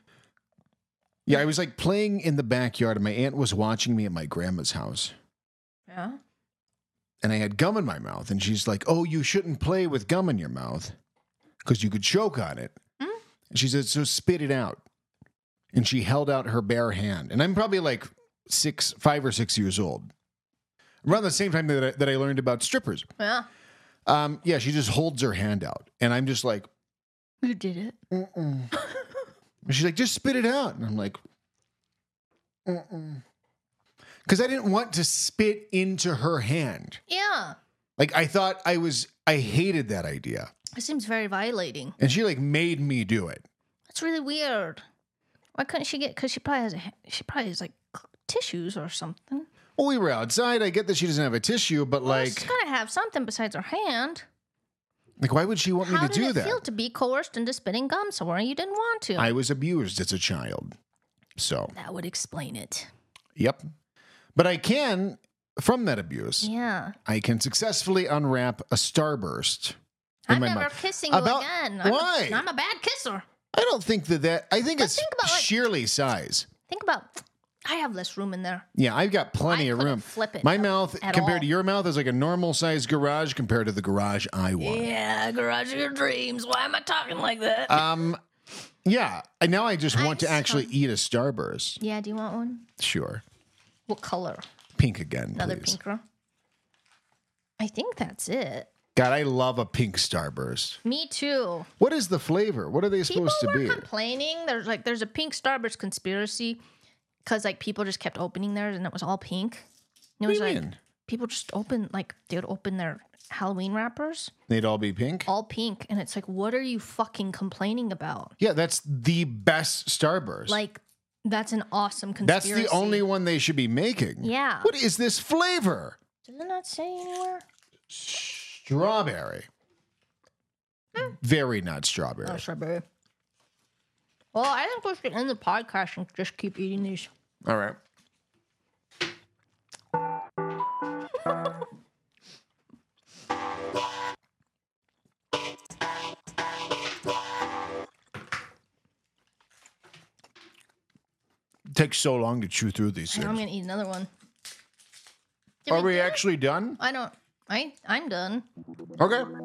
Speaker 3: Yeah, I was like playing in the backyard and my aunt was watching me at my grandma's house.
Speaker 2: Yeah.
Speaker 3: and I had gum in my mouth. And she's like, Oh, you shouldn't play with gum in your mouth because you could choke on it.
Speaker 2: Hmm?
Speaker 3: And she said, So spit it out. And she held out her bare hand. And I'm probably like six, five or six years old. Around the same time that I, that I learned about strippers.
Speaker 2: Yeah.
Speaker 3: Um, yeah, she just holds her hand out. And I'm just like,
Speaker 2: You did it.
Speaker 3: And she's like, just spit it out. And I'm like, because I didn't want to spit into her hand.
Speaker 2: Yeah.
Speaker 3: Like, I thought I was, I hated that idea.
Speaker 2: It seems very violating.
Speaker 3: And she like made me do it.
Speaker 2: That's really weird. Why couldn't she get? Because she probably has a. ha- She probably has like c- tissues or something.
Speaker 3: Well, we were outside. I get that she doesn't have a tissue, but
Speaker 2: Well,
Speaker 3: like,
Speaker 2: she's gotta have something besides her hand.
Speaker 3: like why would she want me to
Speaker 2: How did
Speaker 3: do
Speaker 2: it
Speaker 3: that?
Speaker 2: feel to be coerced into spitting gum somewhere you didn't want to?
Speaker 3: I was abused as a child. So,
Speaker 2: that would explain it.
Speaker 3: yep. But I can, from that abuse,
Speaker 2: Yeah.
Speaker 3: I can successfully unwrap a starburst. in
Speaker 2: I'm
Speaker 3: my
Speaker 2: never
Speaker 3: mouth.
Speaker 2: kissing you
Speaker 3: About-
Speaker 2: again. I'm
Speaker 3: Why?
Speaker 2: A, I'm a bad kisser.
Speaker 3: I don't think that that, I think it's
Speaker 2: think about, like-
Speaker 3: sheerly size.
Speaker 2: Think about. I have less room in there.
Speaker 3: Yeah, I've got plenty
Speaker 2: I
Speaker 3: of
Speaker 2: couldn't
Speaker 3: room.
Speaker 2: flip it
Speaker 3: My
Speaker 2: at-
Speaker 3: mouth
Speaker 2: at
Speaker 3: compared
Speaker 2: all.
Speaker 3: to your mouth is like a normal sized garage compared to the garage I want. Uh,
Speaker 2: Yeah, garage of your dreams. Why am I talking like that?
Speaker 3: Um, Yeah. And now I just want to
Speaker 2: Nice.
Speaker 3: actually eat a Starburst.
Speaker 2: Yeah, do you want one?
Speaker 3: Sure.
Speaker 2: What color?
Speaker 3: Pink again,
Speaker 2: Another
Speaker 3: please.
Speaker 2: pinker. I think that's it.
Speaker 3: God, I love a pink Starburst.
Speaker 2: Me too.
Speaker 3: What is the flavor? What are they
Speaker 2: People
Speaker 3: supposed to
Speaker 2: were
Speaker 3: be?
Speaker 2: complaining. There's like there's a pink Starburst conspiracy because like people just kept opening theirs and it was all pink. And it was
Speaker 3: do you
Speaker 2: like
Speaker 3: mean?
Speaker 2: people just open like they would open their Halloween wrappers
Speaker 3: They'd all be pink?
Speaker 2: all pink, and it's like, what are you fucking complaining about?
Speaker 3: Yeah, that's the best Starburst.
Speaker 2: Like that's an awesome
Speaker 3: that's
Speaker 2: conspiracy.
Speaker 3: the only one they should be making.
Speaker 2: Yeah.
Speaker 3: What is this flavor?
Speaker 2: Does it not say anywhere?
Speaker 3: Strawberry. Very not strawberry.
Speaker 2: Oh, strawberry. Well, I think we should end the podcast and just keep eating these.
Speaker 3: All right. Takes so long to chew through these
Speaker 2: I'm
Speaker 3: things.
Speaker 2: gonna eat another one. Did
Speaker 3: Are we
Speaker 2: do it?
Speaker 3: actually done?
Speaker 2: I don't. I I'm done.
Speaker 3: Okay.